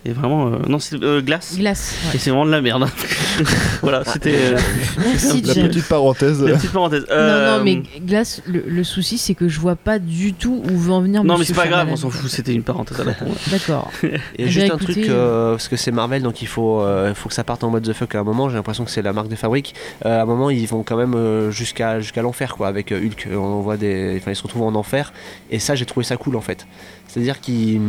[SPEAKER 1] et vraiment euh, non c'est euh, glace.
[SPEAKER 2] Glace.
[SPEAKER 1] Et c'est vraiment de la merde. voilà, c'était euh,
[SPEAKER 2] Merci,
[SPEAKER 4] La
[SPEAKER 2] Jim.
[SPEAKER 4] petite parenthèse.
[SPEAKER 1] la petite parenthèse.
[SPEAKER 2] Non,
[SPEAKER 1] Euh,
[SPEAKER 2] non, mais Glace, le, le souci, c'est que je vois pas du tout où veut en venir
[SPEAKER 1] Non, mais c'est
[SPEAKER 2] Monsieur
[SPEAKER 1] pas grave, on
[SPEAKER 2] Shyamalan.
[SPEAKER 1] s'en fout, c'était une parenthèse à la con.
[SPEAKER 2] D'accord.
[SPEAKER 3] Et
[SPEAKER 2] Eh
[SPEAKER 3] juste
[SPEAKER 2] bien,
[SPEAKER 3] un
[SPEAKER 2] écoutez,
[SPEAKER 3] truc, euh, parce que c'est Marvel, donc il faut, euh, faut que ça parte en mode the fuck à un moment. J'ai l'impression que c'est la marque de fabrique. Euh, à un moment, ils vont quand même euh, jusqu'à jusqu'à l'enfer, quoi. Avec euh, Hulk, on voit des, enfin, ils se retrouvent en enfer. Et ça, j'ai trouvé ça cool, en fait. C'est-à-dire qu'ils,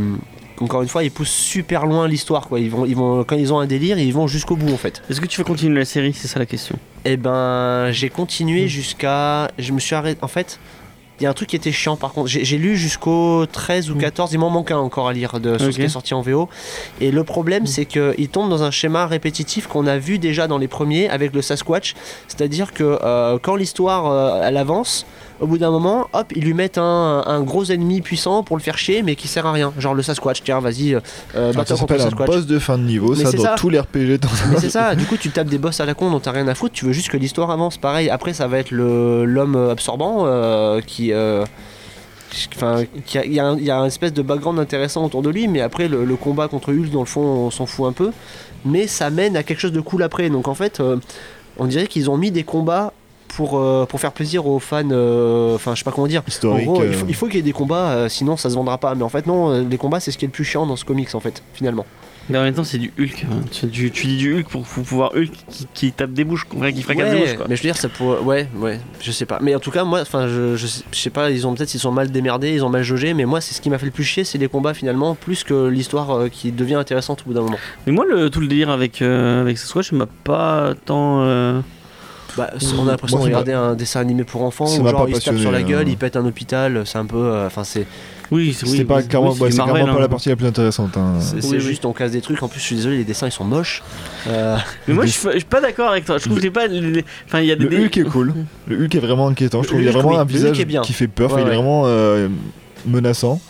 [SPEAKER 3] encore une fois, ils poussent super loin l'histoire, quoi. Ils vont, ils vont, quand ils ont un délire, ils vont jusqu'au bout, en fait.
[SPEAKER 1] Est-ce que tu veux continuer la série C'est ça la question.
[SPEAKER 3] Eh ben, j'ai continué jusqu'à. Je me suis arrêté. En fait, il y a un truc qui était chiant par contre. J'ai j'ai lu jusqu'au 13 ou
[SPEAKER 4] Mm.
[SPEAKER 3] 14. Il m'en manque un encore à lire de sur
[SPEAKER 1] Ok.
[SPEAKER 3] ce qui est sorti en VO. Et le problème,
[SPEAKER 4] Mm.
[SPEAKER 3] c'est qu'il tombe dans un schéma répétitif qu'on a vu déjà dans les premiers avec le Sasquatch. C'est-à-dire que euh, quand l'histoire euh, elle avance. Au bout d'un moment, hop, ils lui mettent un, un gros ennemi puissant pour le faire chier, mais qui sert à rien. Genre le Sasquatch, tiens, vas-y, euh,
[SPEAKER 4] Alors,
[SPEAKER 3] bats-toi
[SPEAKER 4] Ah,
[SPEAKER 3] contre
[SPEAKER 4] ça
[SPEAKER 3] le
[SPEAKER 4] s'appelle un
[SPEAKER 3] Sasquatch.
[SPEAKER 4] boss de fin de niveau,
[SPEAKER 3] Mais
[SPEAKER 4] ça
[SPEAKER 3] c'est
[SPEAKER 4] dans
[SPEAKER 3] ça.
[SPEAKER 4] tous les RPG. dans-
[SPEAKER 3] Mais c'est ça, du coup tu tapes des boss à la con dont t'as rien à foutre, tu veux juste que l'histoire avance. Pareil, après ça va être le l'homme absorbant euh, qui. euh, qui- Enfin, qui a- il y, a un- il y a un espèce de background intéressant autour de lui, mais après le, le combat contre Hulk, dans le fond, on s'en fout un peu. Mais ça mène à quelque chose de cool après. Donc en fait, euh, on dirait qu'ils ont mis des combats pour, euh, pour faire plaisir aux fans. euh, Enfin, je sais pas comment dire. En
[SPEAKER 4] Historique.
[SPEAKER 3] gros, il
[SPEAKER 4] euh,
[SPEAKER 3] faut, il faut qu'il y ait des combats, euh, sinon ça se vendra pas. Mais en fait, non, euh, les combats, c'est ce qui est le plus chiant dans ce comics, en fait, finalement.
[SPEAKER 1] Mais en même temps, c'est du Hulk. hein. Tu, tu- tu dis du Hulk pour, pour pouvoir Hulk qui, qui tape des bouches, quoi, qui fracasse des
[SPEAKER 3] Ouais,
[SPEAKER 1] bouches. Quoi.
[SPEAKER 3] Mais je veux dire, ça pourrait. Ouais, ouais, je sais pas. Mais en tout cas, moi, enfin, je, je sais- je sais pas, ils ont peut-être, ils sont mal démerdés, ils ont mal jaugé, mais moi, c'est ce qui m'a fait le plus chier, c'est les combats finalement, plus que l'histoire euh, qui devient intéressante au bout d'un moment.
[SPEAKER 1] Mais moi, le, tout le délire avec, euh, avec Sasquatch m'a pas tant. euh,
[SPEAKER 3] Bah, c'est- on a l'impression
[SPEAKER 4] Mmh, Moi,
[SPEAKER 3] de
[SPEAKER 4] ça m'a-
[SPEAKER 3] regarder un dessin animé pour enfants,
[SPEAKER 4] ça
[SPEAKER 3] où
[SPEAKER 4] m'a
[SPEAKER 3] genre,
[SPEAKER 4] pas
[SPEAKER 3] ils se tapent sur
[SPEAKER 4] passionné,
[SPEAKER 3] la gueule,
[SPEAKER 4] hein.
[SPEAKER 3] ils pètent un hôpital, c'est un peu. euh, Enfin, c'est
[SPEAKER 1] Oui, c'est
[SPEAKER 4] C'était
[SPEAKER 1] oui,
[SPEAKER 4] pas
[SPEAKER 1] oui,
[SPEAKER 4] clairement,
[SPEAKER 1] oui, c'est
[SPEAKER 4] ouais,
[SPEAKER 1] du
[SPEAKER 4] c'est
[SPEAKER 1] Marvel,
[SPEAKER 4] clairement pas
[SPEAKER 1] hein.
[SPEAKER 4] la partie la plus intéressante. hein.
[SPEAKER 3] c'est
[SPEAKER 1] oui.
[SPEAKER 3] juste, on casse des trucs. En plus, je suis désolé, les dessins, ils sont moches. Euh,
[SPEAKER 4] Bah,
[SPEAKER 1] Mais moi, je suis- je suis pas d'accord avec toi. Je trouve que c'est pas. les- les- Enfin, il y a des.
[SPEAKER 4] Le
[SPEAKER 1] des-
[SPEAKER 4] Hulk est cool. Le Hulk est vraiment inquiétant. Je
[SPEAKER 3] Le
[SPEAKER 4] trouve qu'il y a
[SPEAKER 3] Hulk,
[SPEAKER 4] vraiment
[SPEAKER 3] oui. Le
[SPEAKER 4] un
[SPEAKER 3] Hulk est
[SPEAKER 4] visage
[SPEAKER 3] bien.
[SPEAKER 4] qui fait peur.
[SPEAKER 3] Ouais,
[SPEAKER 4] Il est
[SPEAKER 3] ouais.
[SPEAKER 4] vraiment euh, menaçant.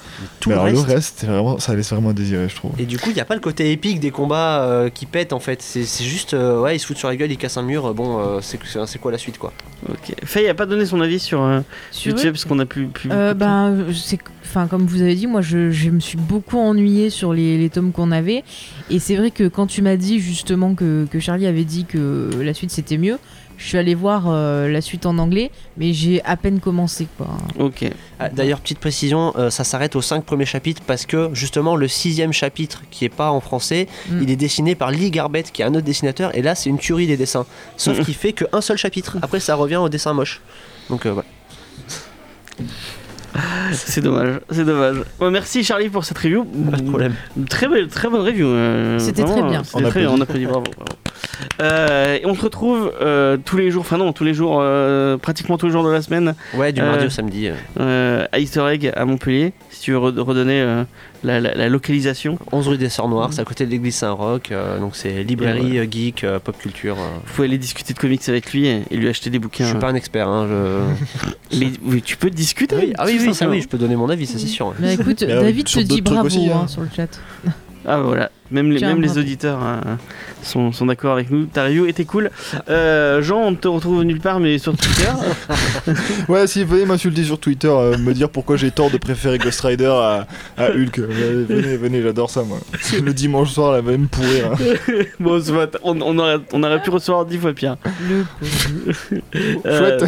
[SPEAKER 3] tout
[SPEAKER 4] Mais
[SPEAKER 3] le
[SPEAKER 4] alors
[SPEAKER 3] reste.
[SPEAKER 4] le reste, c'est vraiment, ça laisse vraiment à désirer, je trouve.
[SPEAKER 3] Et du coup, il n'y a pas le côté épique des combats euh, qui pètent en fait. C'est c'est juste, euh, ouais, ils se foutent sur la gueule, ils cassent un mur. euh, Bon, euh, c'est c'est quoi la suite quoi
[SPEAKER 1] Ok. Faye a pas donné son avis sur euh,
[SPEAKER 2] Sur
[SPEAKER 1] YouTube parce qu'on a plus. plus
[SPEAKER 2] Euh, ben, euh, c'est, enfin, comme vous avez dit, moi, je, je me suis beaucoup ennuyée sur les, les tomes qu'on avait. Et c'est vrai que quand tu m'as dit justement que, que Charlie avait dit que la suite c'était mieux, je suis allée voir euh, la suite en anglais, mais j'ai à peine commencé, quoi.
[SPEAKER 1] Ok.
[SPEAKER 3] Ah, D'ailleurs, petite précision, euh, ça s'arrête aux 5 premiers chapitres parce que justement, le sixième chapitre qui est pas en français,
[SPEAKER 2] Mm.
[SPEAKER 3] il est dessiné par Lee Garbett qui est un autre dessinateur. Et là, c'est une tuerie des dessins. Sauf
[SPEAKER 1] Mm.
[SPEAKER 3] qu'il fait qu'un seul chapitre. Après, ça revient au dessin moche. Donc euh, voilà.
[SPEAKER 1] C'est dommage. C'est dommage. Ouais, merci Charlie pour cette review.
[SPEAKER 3] pas de problème.
[SPEAKER 1] Très belle, très bonne review. euh,
[SPEAKER 2] C'était
[SPEAKER 1] vraiment,
[SPEAKER 2] très bien.
[SPEAKER 1] euh, c'était
[SPEAKER 4] On
[SPEAKER 1] très bien,
[SPEAKER 4] applaudit.
[SPEAKER 1] on applaudit, bravo. bravo. Euh, et on se retrouve euh, tous les jours, enfin non, tous les jours, euh, pratiquement tous les jours de la semaine,
[SPEAKER 3] Ouais, du mardi
[SPEAKER 1] Euh,
[SPEAKER 3] au samedi. euh.
[SPEAKER 1] euh, à Easter Egg à Montpellier. Si tu veux re- redonner euh, la, la- la localisation,
[SPEAKER 3] 11 rue des Sœurs Noires, c'est à côté de l'église Saint-Roch. euh, donc c'est librairie, euh, geek, euh, pop culture. euh.
[SPEAKER 1] vous pouvez aller discuter de comics avec lui et, et lui acheter des
[SPEAKER 3] Je
[SPEAKER 1] bouquins.
[SPEAKER 3] suis pas un expert, hein, je.
[SPEAKER 1] Mais oui, tu peux discuter.
[SPEAKER 3] Oui, ah oui,
[SPEAKER 1] tout
[SPEAKER 3] oui, ça
[SPEAKER 1] simplement.
[SPEAKER 3] oui, je peux donner mon avis, ça c'est sûr. hein.
[SPEAKER 2] Mais écoute,
[SPEAKER 1] Bah
[SPEAKER 4] Mais, euh,
[SPEAKER 2] David te
[SPEAKER 4] sur
[SPEAKER 2] dit
[SPEAKER 4] d'autres trucs
[SPEAKER 2] bravo
[SPEAKER 4] aussi, hein.
[SPEAKER 2] hein, sur le chat.
[SPEAKER 1] Ah voilà, même les,
[SPEAKER 2] Tiens,
[SPEAKER 1] même les
[SPEAKER 2] bravo.
[SPEAKER 1] auditeurs euh, sont, sont d'accord avec nous. Ta review était cool. Euh, Jean, on te retrouve nulle part, mais sur Twitter.
[SPEAKER 4] Ouais, si veuillez m'insulter sur Twitter, euh, me dire pourquoi j'ai tort de préférer Ghost Rider à, à Hulk. Euh, Venez, venez, j'adore ça, moi. Le dimanche soir, là, va me pourrir. hein.
[SPEAKER 1] bon, soit, on, on aurait, on aurait pu recevoir dix fois pire.
[SPEAKER 2] Le...
[SPEAKER 1] Euh,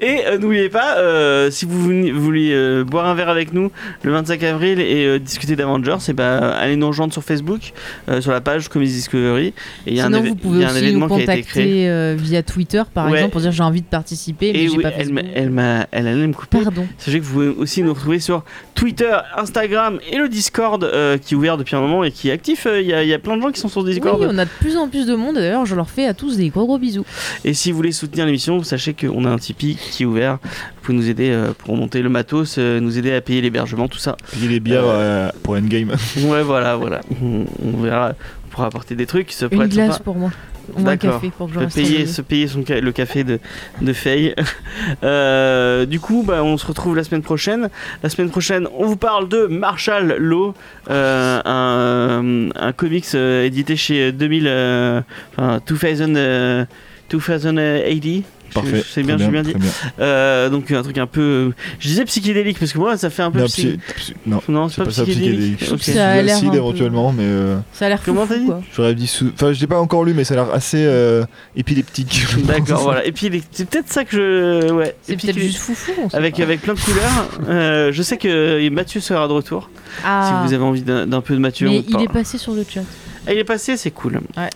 [SPEAKER 1] et euh, n'oubliez pas, euh, si vous venez- vous voulez euh, boire un verre avec nous le 25 avril et euh, discuter d'Avengers, et bah, allez nous rejoindre sur Facebook, euh, sur la page Comics Discovery. Et il y a un,
[SPEAKER 2] Sinon,
[SPEAKER 1] éve-
[SPEAKER 2] vous
[SPEAKER 1] il y
[SPEAKER 2] pouvez
[SPEAKER 1] a un
[SPEAKER 2] aussi nous
[SPEAKER 1] événement qui a été créé.
[SPEAKER 2] contacter euh, via Twitter, par
[SPEAKER 1] Ouais.
[SPEAKER 2] exemple, pour dire j'ai envie de participer, mais
[SPEAKER 1] Et
[SPEAKER 2] j'ai
[SPEAKER 1] oui,
[SPEAKER 2] pas fait.
[SPEAKER 1] elle, m'a- elle, m'a- elle allait me couper.
[SPEAKER 2] Pardon.
[SPEAKER 1] Sachez que vous pouvez aussi nous retrouver sur Twitter, Instagram et le Discord euh, qui est ouvert depuis un moment et qui est actif. Euh, Il y, a- il y a plein de gens qui sont sur le
[SPEAKER 2] Oui,
[SPEAKER 1] Discord.
[SPEAKER 2] on a de plus en plus de monde. D'ailleurs, je leur fais à tous des gros gros bisous.
[SPEAKER 1] Et si vous voulez soutenir l'émission, sachez qu'on a un Tipeee qui est ouvert. Vous pouvez nous aider euh, pour monter le matos, euh, nous aider à payer l'hébergement, tout ça.
[SPEAKER 4] Piller les bières euh, pour Endgame.
[SPEAKER 1] Ouais, voilà, voilà. On, on verra. On pourra apporter des trucs. Ça pourrait
[SPEAKER 2] Une
[SPEAKER 1] être
[SPEAKER 2] glace
[SPEAKER 1] sympa.
[SPEAKER 2] pour moi. Ou un
[SPEAKER 1] D'accord.
[SPEAKER 2] café pour que je
[SPEAKER 1] On peut
[SPEAKER 2] reste
[SPEAKER 1] payer,
[SPEAKER 2] éveillée.
[SPEAKER 1] se payer son ca- le café de, de Faye. Euh, du coup, bah, on se retrouve la semaine prochaine. La semaine prochaine, on vous parle de Marshall Law, euh, un, un comics euh, édité chez 2000, euh, enfin 2000, euh, 2080.
[SPEAKER 4] Parfait.
[SPEAKER 1] C'est
[SPEAKER 4] très
[SPEAKER 1] bien, j'ai bien dit.
[SPEAKER 4] très bien.
[SPEAKER 1] Euh, donc un truc un peu, je disais psychédélique parce que moi ça fait un peu
[SPEAKER 4] Non,
[SPEAKER 1] psy-
[SPEAKER 4] psy- psy- non,
[SPEAKER 1] Non,
[SPEAKER 4] c'est pas ça, psychédélique.
[SPEAKER 1] Ok.
[SPEAKER 4] Je
[SPEAKER 2] Ça a l'air un
[SPEAKER 4] l'acide
[SPEAKER 2] peu-
[SPEAKER 4] éventuellement, mais euh,
[SPEAKER 2] Ça a l'air
[SPEAKER 1] Comment
[SPEAKER 2] foufou,
[SPEAKER 1] t'as dit
[SPEAKER 2] quoi.
[SPEAKER 4] j'aurais dit. sous- Enfin, je l'ai pas encore lu, mais ça a l'air assez euh, épileptique. je pense.
[SPEAKER 1] D'accord, voilà. Et puis les- c'est peut-être ça que je, ouais.
[SPEAKER 2] C'est peut-être
[SPEAKER 1] Psychédélique.
[SPEAKER 2] juste foufou. on sait
[SPEAKER 1] Avec,
[SPEAKER 2] pas.
[SPEAKER 1] avec plein de couleurs. Euh, je sais que Mathieu sera de retour.
[SPEAKER 2] Ah,
[SPEAKER 1] Si vous avez envie d'un d'un peu de Mathieu,
[SPEAKER 2] mais
[SPEAKER 1] on
[SPEAKER 2] il
[SPEAKER 1] parle.
[SPEAKER 2] est passé sur le chat.
[SPEAKER 1] Ah, il est passé, c'est cool.
[SPEAKER 2] Ouais.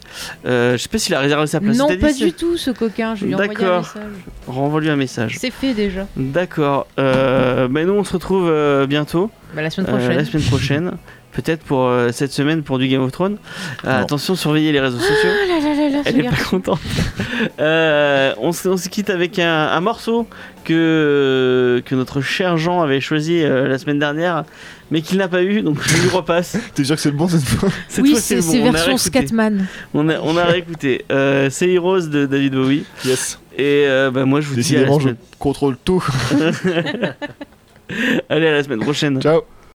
[SPEAKER 1] Euh, je sais pas s'il a réservé sa place.
[SPEAKER 2] Non,
[SPEAKER 1] T'as
[SPEAKER 2] pas
[SPEAKER 1] dit,
[SPEAKER 2] du tout, ce coquin. Je lui ai envoyé un
[SPEAKER 1] D'accord.
[SPEAKER 2] message.
[SPEAKER 1] c'est- Renvoie-lui un message.
[SPEAKER 2] C'est fait déjà.
[SPEAKER 1] D'accord. Euh, bah, nous, on se retrouve euh, bientôt.
[SPEAKER 2] Bah, la semaine
[SPEAKER 1] euh,
[SPEAKER 2] prochaine.
[SPEAKER 1] la semaine prochaine. Peut-être pour euh, cette semaine pour du Game of Thrones. Euh,
[SPEAKER 4] Non.
[SPEAKER 1] attention, surveillez les réseaux sociaux.
[SPEAKER 2] Ah là là là là,
[SPEAKER 1] Elle
[SPEAKER 2] ce
[SPEAKER 1] est pas contente. Euh, on, se, on se quitte avec un, un morceau que, que notre cher Jean avait choisi euh, la semaine dernière, mais qu'il n'a pas eu, donc je lui repasse.
[SPEAKER 4] T'es sûr que c'est le bon cette fois
[SPEAKER 1] Cette
[SPEAKER 2] Oui,
[SPEAKER 1] fois,
[SPEAKER 2] c'est
[SPEAKER 1] le
[SPEAKER 2] c'est
[SPEAKER 1] bon, on a
[SPEAKER 2] version
[SPEAKER 1] réécouté.
[SPEAKER 2] Scatman.
[SPEAKER 1] On a, on a réécouté. Euh, c'est Heroes de David Bowie.
[SPEAKER 4] Yes.
[SPEAKER 1] Et euh, bah, moi, je vous dis à la,
[SPEAKER 4] Décidément, je
[SPEAKER 1] semaine,
[SPEAKER 4] contrôle tout.
[SPEAKER 1] allez, à la semaine prochaine.
[SPEAKER 4] Ciao.